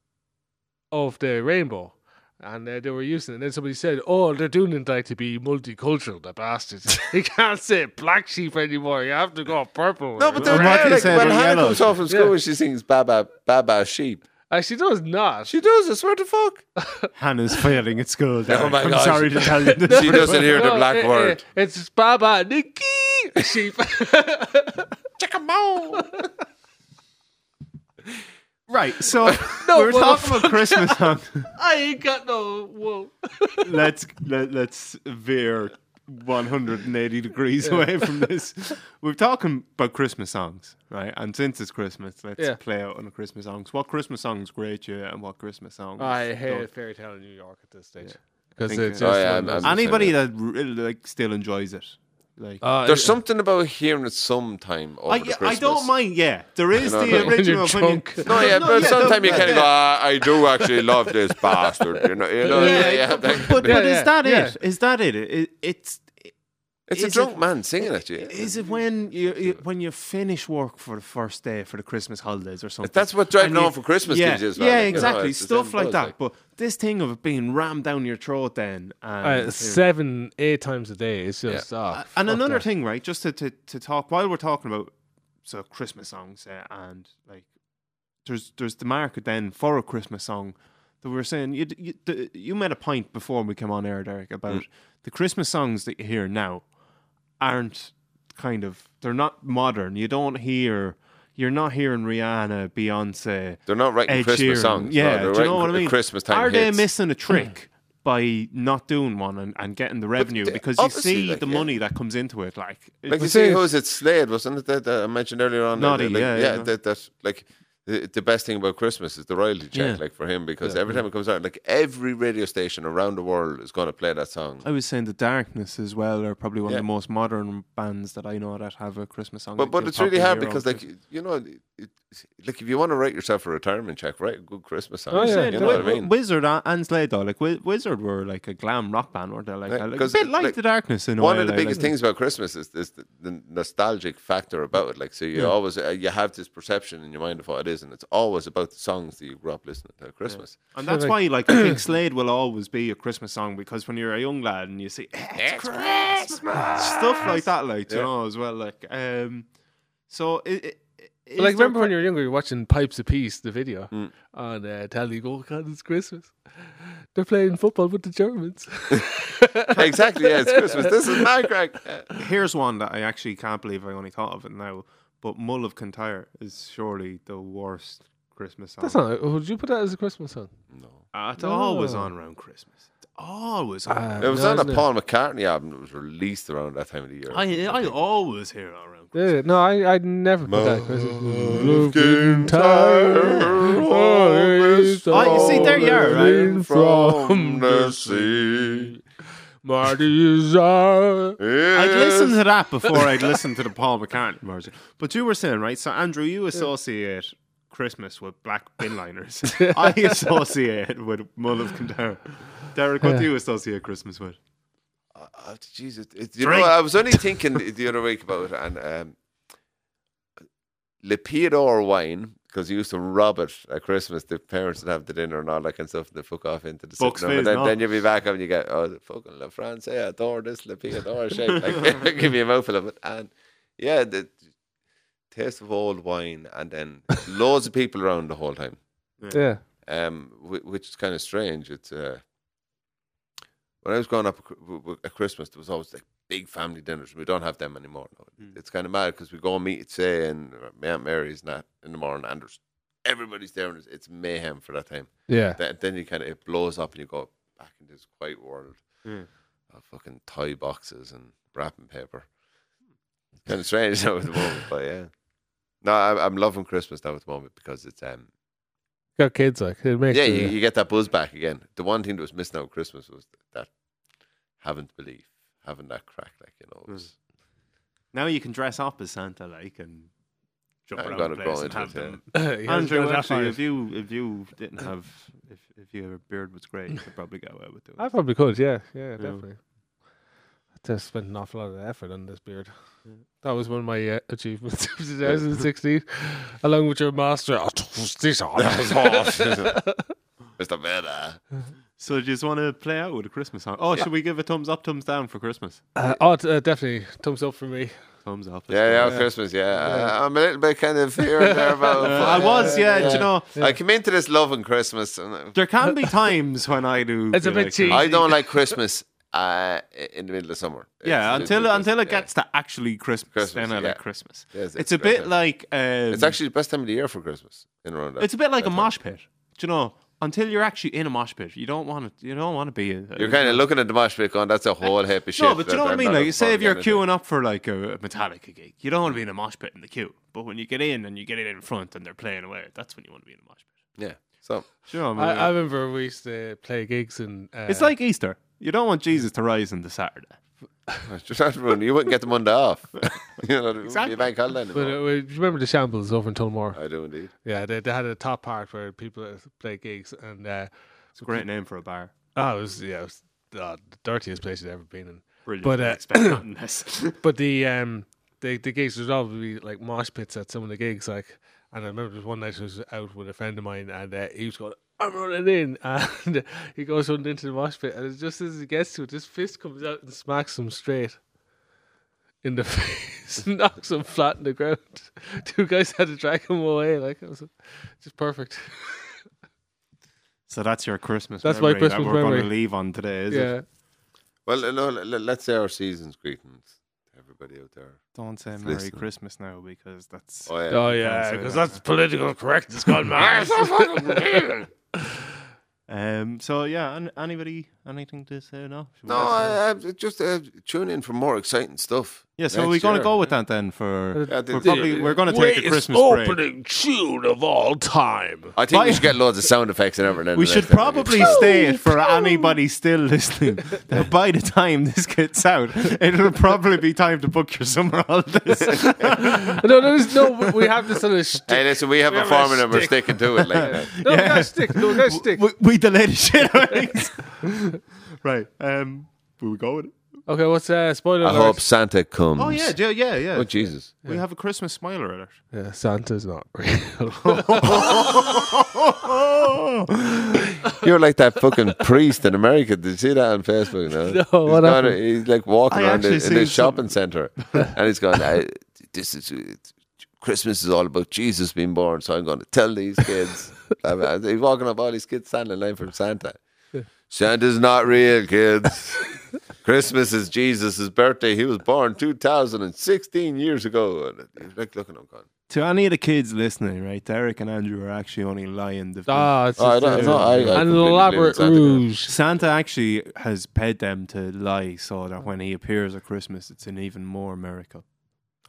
[SPEAKER 2] of the rainbow. And uh, they were using it. And then somebody said, Oh, they're doing it like to be multicultural, the bastards. you can't say black sheep anymore. You have to go purple.
[SPEAKER 4] No, but
[SPEAKER 3] they're Or
[SPEAKER 4] they're
[SPEAKER 3] what
[SPEAKER 4] like,
[SPEAKER 3] they
[SPEAKER 4] like,
[SPEAKER 3] say
[SPEAKER 4] when
[SPEAKER 3] about
[SPEAKER 4] Hannah
[SPEAKER 3] yellow.
[SPEAKER 4] comes home from school
[SPEAKER 2] Yeah.
[SPEAKER 4] and she sings Baba Baba Sheep.
[SPEAKER 2] Uh, she does not.
[SPEAKER 4] She does, I swear to fuck.
[SPEAKER 3] Hannah's failing at school. Derek.
[SPEAKER 4] my
[SPEAKER 3] I'm
[SPEAKER 4] gosh.
[SPEAKER 3] sorry to tell you this.
[SPEAKER 4] She doesn't hear the
[SPEAKER 2] No,
[SPEAKER 4] black
[SPEAKER 2] eh, eh,
[SPEAKER 4] word.
[SPEAKER 2] it's Baba Nikki sheep.
[SPEAKER 3] Right, so we were
[SPEAKER 2] well,
[SPEAKER 3] talking about Christmas. Hannah.
[SPEAKER 2] I ain't got no wool.
[SPEAKER 3] let's let, let's veer 180 degrees away from this. We're talking about Christmas songs, right? And since it's Christmas, let's
[SPEAKER 2] Yeah.
[SPEAKER 3] play out on the Christmas songs. What Christmas songs grate you, and what Christmas songs?
[SPEAKER 2] I hate
[SPEAKER 3] don't?
[SPEAKER 2] fairy tale in New York at this stage because
[SPEAKER 3] think
[SPEAKER 2] it's
[SPEAKER 3] so.
[SPEAKER 2] just
[SPEAKER 4] Oh, yeah,
[SPEAKER 2] one
[SPEAKER 4] I'm-
[SPEAKER 2] of those-
[SPEAKER 4] I'm-
[SPEAKER 3] Anybody that really, like still enjoys it, like.
[SPEAKER 2] Uh,
[SPEAKER 4] There's something about hearing it sometime over
[SPEAKER 3] I,
[SPEAKER 4] the
[SPEAKER 3] I
[SPEAKER 4] Christmas.
[SPEAKER 3] don't mind, yeah. There is
[SPEAKER 4] know,
[SPEAKER 3] the
[SPEAKER 4] like-
[SPEAKER 2] When you're
[SPEAKER 3] original opinion.
[SPEAKER 2] drunk.
[SPEAKER 4] No, yeah, but sometimes you
[SPEAKER 3] don't-
[SPEAKER 4] kind
[SPEAKER 3] yeah.
[SPEAKER 4] of go, ah, I do actually love this bastard. You know, you know
[SPEAKER 3] Yeah,
[SPEAKER 4] yeah, yeah,
[SPEAKER 3] but, but,
[SPEAKER 4] like-
[SPEAKER 3] but
[SPEAKER 2] Yeah, yeah,
[SPEAKER 3] is that
[SPEAKER 2] yeah.
[SPEAKER 3] it? Is that it? it it's
[SPEAKER 4] it's a
[SPEAKER 3] is
[SPEAKER 4] drunk
[SPEAKER 3] it-
[SPEAKER 4] man singing at you.
[SPEAKER 3] Is it when you, you when you finish work for the first day for the Christmas holidays or something?
[SPEAKER 4] That's what driving
[SPEAKER 3] and you-
[SPEAKER 4] home for Christmas
[SPEAKER 3] yeah,
[SPEAKER 4] gives you. as well,
[SPEAKER 3] Yeah,
[SPEAKER 4] like, you know,
[SPEAKER 3] exactly.
[SPEAKER 4] it's the
[SPEAKER 3] Stuff
[SPEAKER 4] same
[SPEAKER 3] like
[SPEAKER 4] buzz,
[SPEAKER 3] that. But this thing of it being rammed down your throat then. And,
[SPEAKER 2] uh, seven, eight times a day. It's just ah,
[SPEAKER 3] and
[SPEAKER 2] fuck
[SPEAKER 3] another
[SPEAKER 2] that.
[SPEAKER 3] thing, right? Just to, to, to talk while we're talking about so Christmas songs uh, and like there's there's the market then for a Christmas song that we were saying you d- you, d- you made a point before we came on air, Derek, about
[SPEAKER 2] Mm.
[SPEAKER 3] the Christmas songs that you hear now aren't kind of they're not modern. You don't hear you're not hearing Rihanna, Beyonce,
[SPEAKER 4] They're not writing
[SPEAKER 3] Ed
[SPEAKER 4] Christmas
[SPEAKER 3] Sheeran.
[SPEAKER 4] songs. no,
[SPEAKER 3] Yeah,
[SPEAKER 4] they're
[SPEAKER 3] do you
[SPEAKER 4] writing
[SPEAKER 3] know what I
[SPEAKER 4] cr-
[SPEAKER 3] mean?
[SPEAKER 4] Christmas time
[SPEAKER 3] Are
[SPEAKER 4] hits. Hmm.
[SPEAKER 3] they missing a trick by not doing one and, and getting the revenue?
[SPEAKER 4] th-
[SPEAKER 3] because you
[SPEAKER 4] obviously,
[SPEAKER 3] see
[SPEAKER 4] like,
[SPEAKER 3] the
[SPEAKER 4] yeah.
[SPEAKER 3] money that comes into it. Like, it
[SPEAKER 4] Like you
[SPEAKER 3] was-
[SPEAKER 4] say, who is it? Slade, wasn't it? That, that I mentioned earlier on.
[SPEAKER 3] Noddy,
[SPEAKER 4] like,
[SPEAKER 3] yeah,
[SPEAKER 4] yeah.
[SPEAKER 3] yeah.
[SPEAKER 4] That, that's like the, the best thing about Christmas is the royalty
[SPEAKER 3] Yeah.
[SPEAKER 4] check, like for him, because every time it comes out, like every radio station around the world is going to play that song.
[SPEAKER 3] I was saying the Darkness as well are probably one
[SPEAKER 4] Yeah.
[SPEAKER 3] of the most modern bands that I know that have a Christmas song.
[SPEAKER 4] But
[SPEAKER 3] that
[SPEAKER 4] but
[SPEAKER 3] you'll
[SPEAKER 4] it's
[SPEAKER 3] probably
[SPEAKER 4] really hard
[SPEAKER 3] hear
[SPEAKER 4] because
[SPEAKER 3] on
[SPEAKER 4] like you know, it, it, like if you want to write yourself a retirement check, write a good Christmas song.
[SPEAKER 2] Oh, yeah,
[SPEAKER 4] you
[SPEAKER 3] Christmas.
[SPEAKER 4] know what I
[SPEAKER 3] Wi-
[SPEAKER 4] mean?
[SPEAKER 3] Wizard a- and Slade though, like Wi- Wizard were like a glam rock band, weren't they? Like,
[SPEAKER 4] Yeah,
[SPEAKER 3] a- like a
[SPEAKER 4] 'cause,
[SPEAKER 3] bit like,
[SPEAKER 4] like,
[SPEAKER 3] the Darkness in a
[SPEAKER 4] One
[SPEAKER 3] way,
[SPEAKER 4] of the
[SPEAKER 3] like-
[SPEAKER 4] biggest
[SPEAKER 3] like-
[SPEAKER 4] things about Christmas is, is the, the nostalgic factor about it. Like, so you always uh, you have this perception in your mind of what it is isn't. It's always about the songs that you grew up listening to at Christmas.
[SPEAKER 3] And that's why, like, I think Slade will always be a Christmas song because when you're a young lad and you see it's Christmas, stuff like that, like you know, as well, like, um, so it, it, is
[SPEAKER 2] But like,
[SPEAKER 3] there
[SPEAKER 2] remember
[SPEAKER 3] cri-
[SPEAKER 2] when you were younger, you were watching Pipes a Piece, the video
[SPEAKER 4] Mm.
[SPEAKER 2] on uh, Tell You Go, God, it's Christmas. They're playing football with the Germans.
[SPEAKER 4] exactly. Yeah, it's Christmas. This is my crack. Yeah.
[SPEAKER 3] Here's one that I actually can't believe I only thought of it now. But Mull of Kintyre is surely the worst Christmas song.
[SPEAKER 2] That's not. Would you put that as a Christmas song?
[SPEAKER 3] Uh, it's always
[SPEAKER 2] No.
[SPEAKER 3] on around Christmas. It's always on.
[SPEAKER 2] Uh,
[SPEAKER 4] It was
[SPEAKER 2] No,
[SPEAKER 4] on a
[SPEAKER 2] isn't it?
[SPEAKER 4] Paul McCartney album that was released around that time of the year.
[SPEAKER 3] I I always hear it around. Christmas.
[SPEAKER 2] Yeah, no, I I'd never put that. Christmas.
[SPEAKER 4] Looking tired, always
[SPEAKER 3] Oh, you see, there you are, right?
[SPEAKER 4] falling From the sea.
[SPEAKER 2] My desire.
[SPEAKER 3] I'd listen to that before I'd listen to the Paul McCartney version. But you were saying, right? So, Andrew, you associate Christmas with black bin liners. I associate with Mull of Kintyre. Derek, what do you associate Christmas with?
[SPEAKER 4] Oh, Jesus. It, you
[SPEAKER 3] Drink.
[SPEAKER 4] know, I was only thinking the- the other week about it, and um, Lepidor wine, because you used to rob it at Christmas, the parents would have the dinner and all that kind of stuff, and they fuck off into the
[SPEAKER 3] Bucks
[SPEAKER 4] sitting room,
[SPEAKER 3] food,
[SPEAKER 4] and then,
[SPEAKER 3] no.
[SPEAKER 4] then you'd be back up and you get, oh, the fucking La France, I adore this Lepidor shape. Like, give me a mouthful of it. And yeah, the taste of old wine, and then loads of people around the whole time
[SPEAKER 2] Yeah.
[SPEAKER 4] um, whi- which is kind of strange. It's uh, when I was growing up at Chr- w- w- at Christmas, there was always like big family dinners. We don't have them anymore. now. It's kind of mad because we go and meet, say, and my Aunt Mary's not in the morning, and there's everybody's there, and it's, it's mayhem for that time.
[SPEAKER 2] Yeah.
[SPEAKER 4] Then, then you kind of it blows up, and you go back into this quiet world
[SPEAKER 3] Mm.
[SPEAKER 4] of fucking toy boxes and wrapping paper. Kind of strange now at the moment, but yeah. No, I'm, I'm loving Christmas now at the moment because it's um,
[SPEAKER 2] Got kids like it makes
[SPEAKER 4] yeah,
[SPEAKER 2] it,
[SPEAKER 4] you, you get that buzz back again. The one thing that was missing out of Christmas was that haven't belief, having that crack, like you know. it was-
[SPEAKER 3] Now you can dress up as Santa, like, and jump
[SPEAKER 4] I'm
[SPEAKER 3] around
[SPEAKER 4] gonna
[SPEAKER 3] the
[SPEAKER 4] grow
[SPEAKER 3] place and
[SPEAKER 4] into
[SPEAKER 3] have
[SPEAKER 4] it, yeah.
[SPEAKER 3] them.
[SPEAKER 2] Yeah, it's
[SPEAKER 3] Andrew,
[SPEAKER 2] got that
[SPEAKER 3] actually,
[SPEAKER 2] far.
[SPEAKER 3] if you if you didn't have if if your beard was grey, you could probably get away with doing.
[SPEAKER 2] I
[SPEAKER 3] it.
[SPEAKER 2] probably could. Yeah. Yeah. Definitely. I just spent an awful lot of effort on this beard. That was one of my uh, achievements of 2016, along with your master. "I tossed this on."
[SPEAKER 3] Mm.
[SPEAKER 4] Mr. Vera.
[SPEAKER 3] So, do you just want to play out with a Christmas song? Oh, should we give a thumbs up, thumbs down for Christmas?
[SPEAKER 2] Uh, oh, t- uh, definitely thumbs up for me.
[SPEAKER 3] Thumbs up. let's go.
[SPEAKER 4] Yeah, yeah, Christmas, yeah. I, I'm a little bit kind of here and there about.
[SPEAKER 3] Uh, I was, yeah, do you know,
[SPEAKER 4] I came into this loving Christmas, and
[SPEAKER 3] there can be times when I do.
[SPEAKER 2] It's a
[SPEAKER 3] feel
[SPEAKER 2] bit
[SPEAKER 3] like-
[SPEAKER 2] cheap.
[SPEAKER 4] I don't like Christmas uh, in the middle of summer.
[SPEAKER 3] Yeah,
[SPEAKER 4] It's-
[SPEAKER 3] until
[SPEAKER 4] it's-
[SPEAKER 3] until it
[SPEAKER 4] yeah.
[SPEAKER 3] gets to actually Christmas,
[SPEAKER 4] Christmas,
[SPEAKER 3] then I
[SPEAKER 4] yeah.
[SPEAKER 3] like Christmas.
[SPEAKER 4] Yes,
[SPEAKER 3] it's, a
[SPEAKER 4] exactly.
[SPEAKER 3] bit like um,
[SPEAKER 4] It's actually the best time of the year for Christmas in around. that-
[SPEAKER 3] it's a bit like
[SPEAKER 4] that
[SPEAKER 3] a
[SPEAKER 4] time.
[SPEAKER 3] mosh pit. Do you know? Until you're actually in a mosh pit, you don't want to. You don't want to be. In,
[SPEAKER 4] You're kind of looking at the mosh pit going, "That's a whole heap of shit."
[SPEAKER 3] No, but
[SPEAKER 4] that
[SPEAKER 3] you know what I
[SPEAKER 4] I'm
[SPEAKER 3] mean.
[SPEAKER 4] not
[SPEAKER 3] Like, say if
[SPEAKER 4] performing
[SPEAKER 3] you're
[SPEAKER 4] anything."
[SPEAKER 3] queuing up for like a, a Metallica gig, you don't want to be in a mosh pit in the queue. But when you get in and you get in in front and they're playing away, that's when you want to be in a mosh pit.
[SPEAKER 4] yeah. So
[SPEAKER 3] Do you know what I
[SPEAKER 2] I,
[SPEAKER 3] mean?
[SPEAKER 2] I remember we used to play gigs and uh,
[SPEAKER 3] it's like Easter. You don't want Jesus to rise on the Saturday.
[SPEAKER 4] Just not ruin. You wouldn't get the Monday off. you know, it wouldn't be
[SPEAKER 3] Exactly.
[SPEAKER 4] a bank holiday
[SPEAKER 2] But
[SPEAKER 4] anymore.
[SPEAKER 2] uh, we- do you remember the shambles over in Tullamore?
[SPEAKER 3] Uh,
[SPEAKER 4] I do indeed.
[SPEAKER 2] Yeah, they, they had a top part where people uh, play gigs, and uh,
[SPEAKER 3] It's a great name for a bar.
[SPEAKER 2] oh, it was yeah, it was uh, the dirtiest place you'd ever been in.
[SPEAKER 3] Brilliant.
[SPEAKER 2] But,
[SPEAKER 3] But
[SPEAKER 2] uh,
[SPEAKER 3] expect nothing less.
[SPEAKER 2] But the um the the gigs would always be like mosh pits at some of the gigs, like. And I remember there was one night I was out with a friend of mine, and uh, he was going, "I'm running in," and he goes running into the mosh pit, and it's just as he gets to it, this fist comes out and smacks him straight in the face, knocks him flat on the ground. Two guys had to drag him away, like it was just perfect.
[SPEAKER 3] So that's your Christmas.
[SPEAKER 2] That's my
[SPEAKER 3] memory
[SPEAKER 2] Christmas
[SPEAKER 3] that we're going
[SPEAKER 2] memory.
[SPEAKER 3] to leave on today, is
[SPEAKER 2] yeah.
[SPEAKER 3] it?
[SPEAKER 4] Well, uh, no, let, us say our season's greetings to everybody out there.
[SPEAKER 3] Don't say Merry
[SPEAKER 4] listening.
[SPEAKER 3] Christmas now because that's.
[SPEAKER 4] Oh yeah.
[SPEAKER 2] Oh
[SPEAKER 3] can't
[SPEAKER 2] yeah,
[SPEAKER 3] say
[SPEAKER 2] because
[SPEAKER 3] that.
[SPEAKER 2] that's political correctness gone mad.
[SPEAKER 3] Oh, Um. So yeah. An- anybody? Anything to say? No. Should we
[SPEAKER 4] No,
[SPEAKER 3] let-
[SPEAKER 4] I, I just uh, tune in for more exciting stuff.
[SPEAKER 3] yeah. So
[SPEAKER 4] next
[SPEAKER 3] we're going
[SPEAKER 4] year.
[SPEAKER 3] to go with that then for.
[SPEAKER 2] Uh,
[SPEAKER 4] Yeah, the-
[SPEAKER 3] we're probably
[SPEAKER 4] the-
[SPEAKER 3] we're going to take a Christmas break.
[SPEAKER 2] tune of all time.
[SPEAKER 4] I think
[SPEAKER 3] Bye.
[SPEAKER 4] we should get loads of sound effects and everything.
[SPEAKER 3] We should probably state for anybody still listening that by the time this gets out, it'll probably be time to book your summer holidays.
[SPEAKER 2] No, no, there's no. We have this on a stick.
[SPEAKER 4] Hey, listen, we have a
[SPEAKER 2] have a
[SPEAKER 4] formula and we're
[SPEAKER 2] stick.
[SPEAKER 4] sticking to it. Like, that.
[SPEAKER 2] No, we got a stick. No, we got a stick.
[SPEAKER 3] we, we delayed the shit out of things. right. Um. Will we go with it?
[SPEAKER 2] Okay, what's uh, spoiler
[SPEAKER 4] I
[SPEAKER 2] alert?
[SPEAKER 4] hope Santa comes.
[SPEAKER 3] Oh yeah, yeah, yeah, yeah.
[SPEAKER 4] Oh Jesus.
[SPEAKER 3] We have a Christmas smiler alert.
[SPEAKER 2] Yeah, Santa's not real.
[SPEAKER 3] Oh!
[SPEAKER 4] You're like that fucking priest in America. Did you see that on Facebook? No,
[SPEAKER 2] No,
[SPEAKER 4] he's,
[SPEAKER 2] what
[SPEAKER 4] gone-
[SPEAKER 2] happened?
[SPEAKER 4] he's like walking
[SPEAKER 3] I
[SPEAKER 4] around in,
[SPEAKER 3] actually
[SPEAKER 4] in this
[SPEAKER 3] seen some-
[SPEAKER 4] shopping center, and he's going, I, "This is it's- Christmas is all about Jesus being born." So I'm going to tell these kids. I mean, he's walking up all these kids standing in line for Santa. Santa's not real, kids. Christmas is Jesus' birthday. He was born 2016 years ago. And he's like looking at him going,
[SPEAKER 3] To any of the kids listening, right? Derek and Andrew are actually only lying. They've been-
[SPEAKER 2] Ah, it's
[SPEAKER 4] Oh, I
[SPEAKER 2] just a-
[SPEAKER 4] don't- no, I- I
[SPEAKER 2] an
[SPEAKER 4] completely believe in
[SPEAKER 2] elaborate
[SPEAKER 4] Santa Claus.
[SPEAKER 2] ruse.
[SPEAKER 3] Santa actually has paid them to lie so that when he appears at Christmas, it's an even more miracle.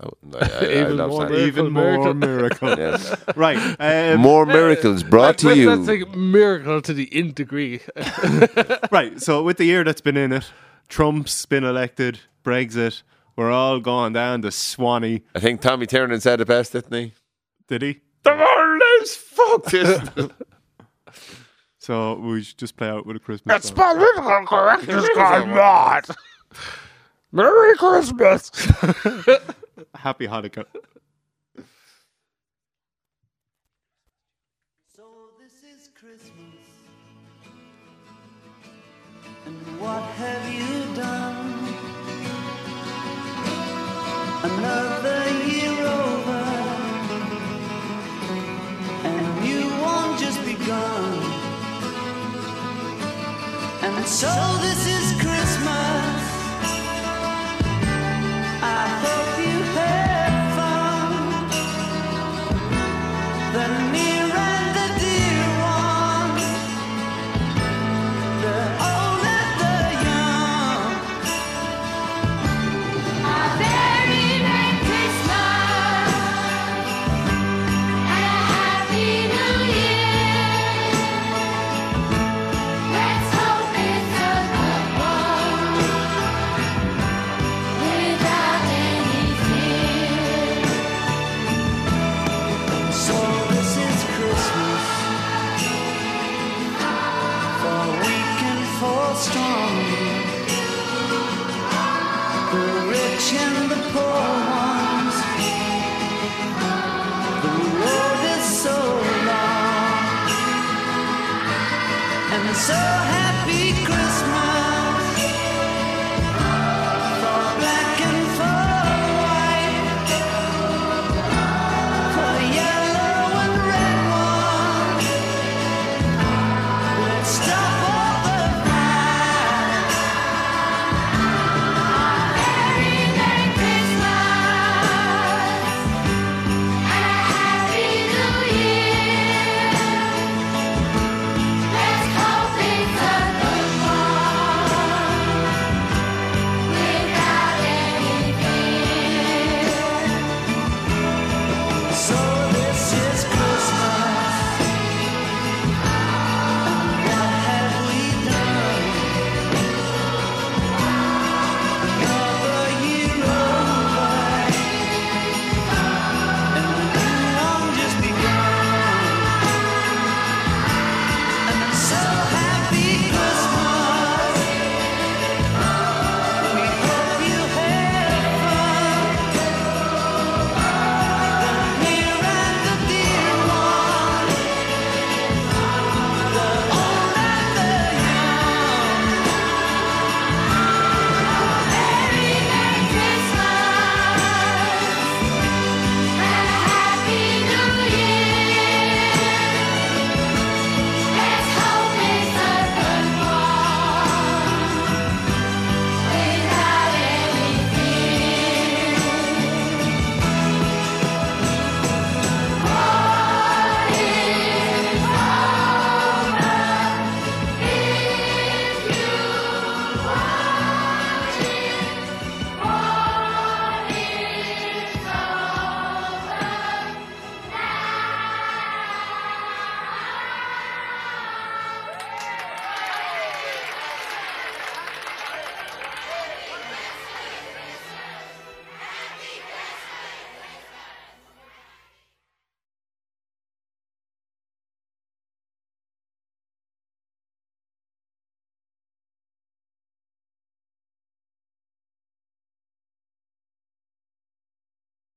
[SPEAKER 4] "Oh, no, I, I, I
[SPEAKER 2] Even
[SPEAKER 4] love
[SPEAKER 2] more
[SPEAKER 4] Santa."
[SPEAKER 2] Miracle,
[SPEAKER 3] even more miracle.
[SPEAKER 4] Yes.
[SPEAKER 3] right. Um,
[SPEAKER 4] More miracles brought to
[SPEAKER 2] That's-
[SPEAKER 4] you.
[SPEAKER 2] That's like a miracle to the nth degree.
[SPEAKER 3] right. So, with the year that's been in it, Trump's been elected, Brexit, we're all going down to Swanee.
[SPEAKER 4] I think Tommy Tiernan said it best, didn't he?
[SPEAKER 3] Did he?
[SPEAKER 4] The world is fucked. It's-
[SPEAKER 3] So, we should just play out with a Christmas. song.
[SPEAKER 2] political correctness gone mad. Merry Christmas.
[SPEAKER 3] Happy Hanukkah.
[SPEAKER 5] So this is Christmas. And what have you done? Another